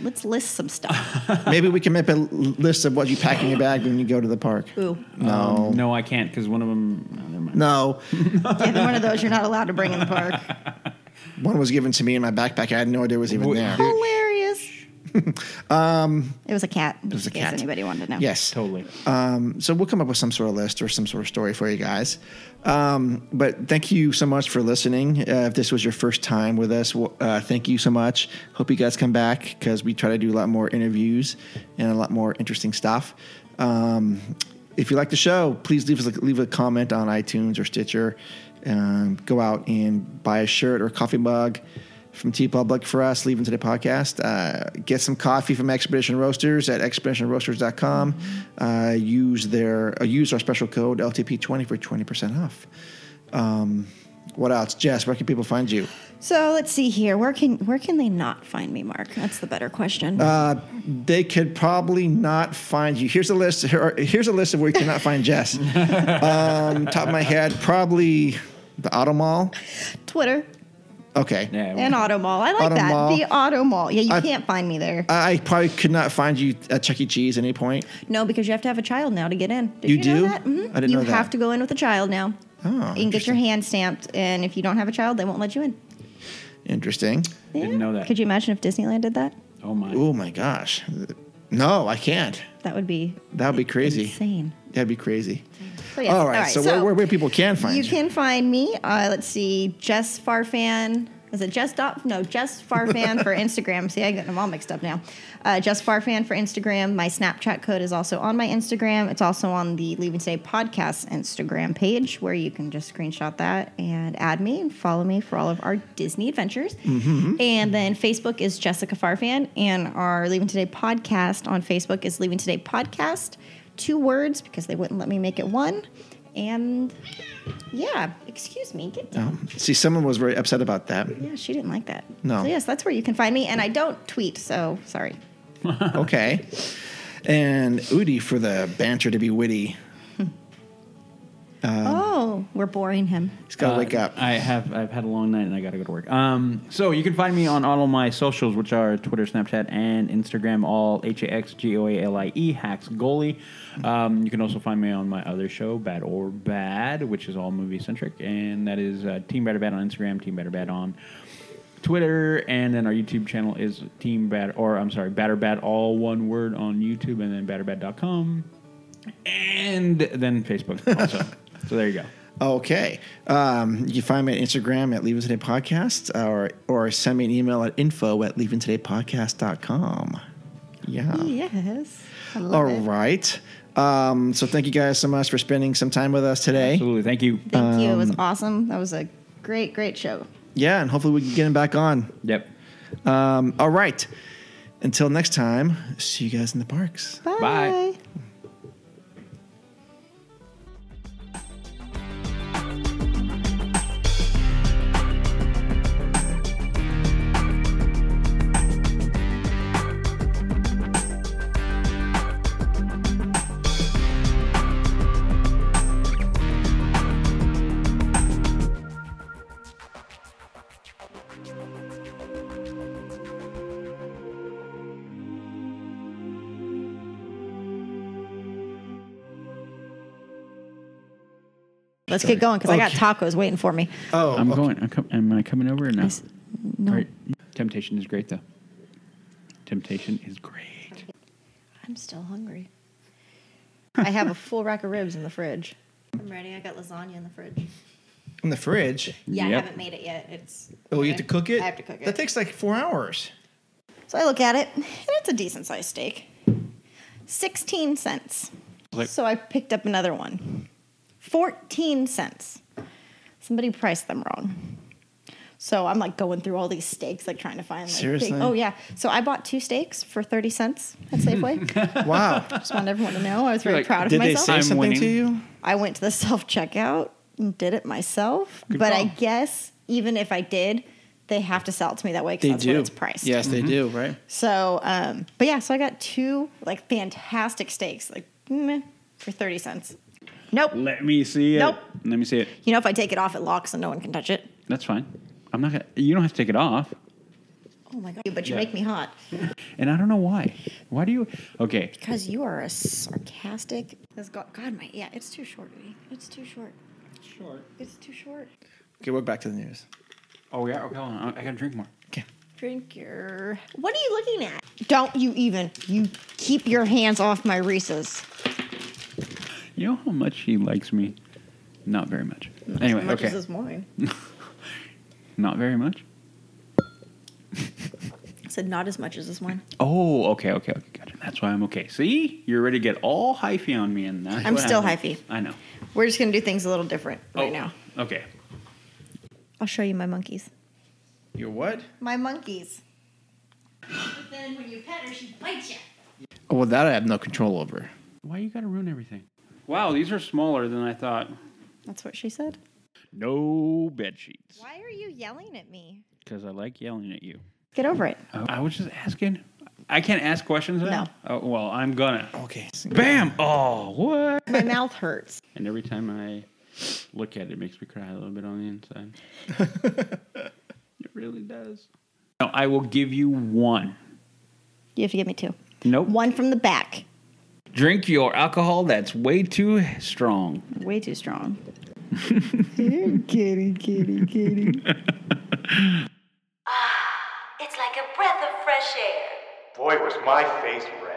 Speaker 4: Let's list some stuff.
Speaker 1: Maybe we can make a l- list of what you pack in your bag when you go to the park.
Speaker 4: Ooh.
Speaker 1: No.
Speaker 5: No, I can't because one of them. Oh, never mind.
Speaker 1: No.
Speaker 4: Yeah, they're one of those you're not allowed to bring in the park.
Speaker 1: One was given to me in my backpack. I had no idea it was even
Speaker 5: Wait,
Speaker 1: there.
Speaker 5: dude.
Speaker 4: Hilarious. um, it was a cat. It
Speaker 1: was a
Speaker 4: in case
Speaker 1: cat.
Speaker 4: Anybody wanted to know?
Speaker 1: Yes.
Speaker 5: Totally.
Speaker 1: Um, so we'll come up with some sort of list or some sort of story for you guys. Um, but thank you so much for listening. Uh, if this was your first time with us, well, uh, thank you so much. Hope you guys come back because we try to do a lot more interviews and a lot more interesting stuff. Um, if you like the show, please leave us a, leave a comment on iTunes or Stitcher. Um, go out and buy a shirt or a coffee mug from T Public for us leaving today podcast. Uh, get some coffee from Expedition Roasters at expeditionroasters.com. Uh, use their uh, use our special code LTP20 for 20% off. Um, what else? Jess, where can people find you?
Speaker 4: So let's see here. Where can where can they not find me, Mark? That's the better question.
Speaker 1: Uh, they could probably not find you. Here's a list. here are- Here's a list of where you cannot find Jess. um, top of my head, probably the Auto Mall.
Speaker 4: Twitter
Speaker 1: Okay.
Speaker 5: Yeah.
Speaker 4: and Auto Mall. I like
Speaker 1: Auto
Speaker 4: that.
Speaker 1: Mall.
Speaker 4: The Auto Mall. Yeah, you
Speaker 1: I-
Speaker 4: can't find me there.
Speaker 1: I probably could not find you at Chuck E. Cheese at any point.
Speaker 4: No, because you have to have a child now to get in. Did
Speaker 1: You
Speaker 4: you,
Speaker 1: do?
Speaker 4: Know that? Mhm.
Speaker 1: I didn't
Speaker 4: you
Speaker 1: know that.
Speaker 4: have to go in with a child now.
Speaker 1: Oh,
Speaker 4: you can get your
Speaker 1: interesting.
Speaker 4: hand stamped, and if you don't have a child, they won't let you in.
Speaker 1: Interesting.
Speaker 5: Didn't know that.
Speaker 4: Could you imagine if Disneyland did that?
Speaker 5: Oh my.
Speaker 1: Oh my gosh. No, I can't.
Speaker 4: That would be
Speaker 1: That would be crazy.
Speaker 4: insane.
Speaker 1: That'd be crazy.
Speaker 4: So, yes,
Speaker 1: all, right, So, where, where, where people can find you?
Speaker 4: you can find me. Uh, let's see, Jess Farfan. Is it Jess dot? No, Jess Farfan for Instagram. See, I get them all mixed up now. Uh, Jess Farfan for Instagram. My Snapchat code is also on my Instagram. It's also on the Leaving Today podcast Instagram page, where you can just screenshot that and add me and follow me for all of our Disney adventures.
Speaker 1: Mm-hmm.
Speaker 4: And then Facebook is Jessica Farfan, and our Leaving Today podcast on Facebook is Leaving Today podcast. Two words because they wouldn't let me make it one. And yeah, excuse me. Get down.
Speaker 1: Um, See, someone was very upset about that.
Speaker 4: Yeah, she didn't like that.
Speaker 1: No.
Speaker 4: So yes, that's where you can find me. And I don't tweet, so sorry.
Speaker 1: Okay. And Udi for the banter to be witty. Um,
Speaker 4: oh, we're boring him.
Speaker 1: He's got to
Speaker 5: Uh,
Speaker 1: wake up.
Speaker 5: I have I've had a long night and I gotta go to work. Um, so you can find me on all of my socials, which are Twitter, Snapchat, and Instagram, all H A X G O A L I E hacks goalie. Um, you can also find me on my other show, Bad or Bad, which is all movie centric, and that is uh, Team Better Bad on Instagram, Team Better Bad on Twitter, and then our YouTube channel is Team Bad or I'm sorry, Batter Bad, all one word on YouTube, and then batterbad.com, and then Facebook also. so there you go.
Speaker 1: Okay. Um, you can find me on Instagram at Leaving Today Podcast or, or send me an email at info at leavingtodaypodcast.com. Yeah.
Speaker 4: Yes. I love
Speaker 1: All
Speaker 4: it.
Speaker 1: right. Um, so thank you guys so much for spending some time with us today.
Speaker 5: Absolutely. Thank you.
Speaker 4: Thank you. It was
Speaker 1: um,
Speaker 4: awesome. That was a great, great show.
Speaker 1: Yeah, and hopefully we can get him back on.
Speaker 5: Yep.
Speaker 1: Um, all right. Until next time, see you guys in the parks.
Speaker 4: Bye.
Speaker 5: Bye.
Speaker 4: Let's get going because I got tacos waiting for me.
Speaker 1: Oh,
Speaker 5: I'm going. I'm com- am I coming over or no?
Speaker 4: no.
Speaker 5: All right. Temptation is great, though. Temptation is great.
Speaker 4: I'm still hungry. I have a full rack of ribs in the fridge. I'm ready. I got lasagna in the fridge.
Speaker 1: in the fridge.
Speaker 4: Yeah, I
Speaker 5: Yep.
Speaker 4: haven't made it yet. It's
Speaker 1: Oh, you have to cook it.
Speaker 4: I have to cook it.
Speaker 1: That takes like four hours.
Speaker 4: so I look at it, and it's a decent sized steak. Sixteen cents.
Speaker 5: Like-
Speaker 4: so I picked up another one. Fourteen cents. Somebody priced them wrong. So I'm like going through all these steaks, like trying to find like big-
Speaker 1: Seriously?
Speaker 4: oh yeah. So I bought two steaks for thirty cents at Safeway.
Speaker 1: Wow.
Speaker 4: Just want everyone to know I was very
Speaker 5: like,
Speaker 4: proud of
Speaker 1: Did they
Speaker 4: myself.
Speaker 1: say
Speaker 5: I'm
Speaker 1: something to
Speaker 5: winning.
Speaker 1: you?
Speaker 4: I went to the self checkout and did it myself.
Speaker 5: Good
Speaker 4: but
Speaker 5: call.
Speaker 4: I guess even if I did, they have to sell it to me that way because
Speaker 1: They
Speaker 4: that's
Speaker 1: do.
Speaker 4: what it's priced.
Speaker 1: Yes, they do. Right.
Speaker 4: So, um, but yeah, so I got two like fantastic steaks, like meh, for thirty cents. Nope.
Speaker 5: Let me see it.
Speaker 4: Nope.
Speaker 5: Let me see it.
Speaker 4: You know, if I take it off, it locks and no one can touch it.
Speaker 5: That's fine. I'm not gonna. You don't have to take it off.
Speaker 4: Oh my god! But you
Speaker 5: Yeah.
Speaker 4: make me hot
Speaker 5: And I don't know why. Why do you? Okay.
Speaker 4: because you are a sarcastic. This God, god, my yeah, it's too short. Vinny. It's too short.
Speaker 5: Sure.
Speaker 4: It's too short.
Speaker 1: Okay, we're back to the news.
Speaker 5: Oh yeah. Okay. Hold on. I, I gotta drink more.
Speaker 4: Drink your. What are you looking at? Don't you even. You keep your hands off my Reese's.
Speaker 5: You know how much he likes me? Not very much. anyway.
Speaker 4: As much
Speaker 5: okay.
Speaker 4: as is mine.
Speaker 5: Not very much.
Speaker 4: I said not as much as is mine.
Speaker 5: Oh, okay, okay, okay, gotcha. That's why I'm okay. See, you're ready to get all hyphy on me, and that's
Speaker 4: I'm
Speaker 5: what
Speaker 4: still
Speaker 5: happened.
Speaker 4: hyphy.
Speaker 5: I know. Oh,
Speaker 4: We're just gonna do things a little different right now.
Speaker 5: Okay.
Speaker 4: I'll show you my monkeys.
Speaker 1: Your what?
Speaker 4: My monkeys.
Speaker 1: Oh, well, that I have no control over.
Speaker 5: Why you gotta ruin everything? Wow, these are smaller than I thought.
Speaker 4: That's what she said.
Speaker 5: No bed sheets.
Speaker 4: Why are you yelling at me?
Speaker 5: Because I like yelling at you.
Speaker 4: Get over it.
Speaker 5: I, I was just asking. I can't ask questions now. Oh, well, I'm gonna.
Speaker 1: Okay.
Speaker 5: Bam! Oh, what?
Speaker 4: My mouth hurts.
Speaker 5: And every time I look at it, it makes me cry a little bit on the inside. it really does. No, I will give you one.
Speaker 4: You have to give me two.
Speaker 5: Nope.
Speaker 4: One from the back.
Speaker 5: Drink your alcohol that's way too strong.
Speaker 4: Way too strong.
Speaker 3: It's like a breath of fresh air.
Speaker 12: Boy, was my face red.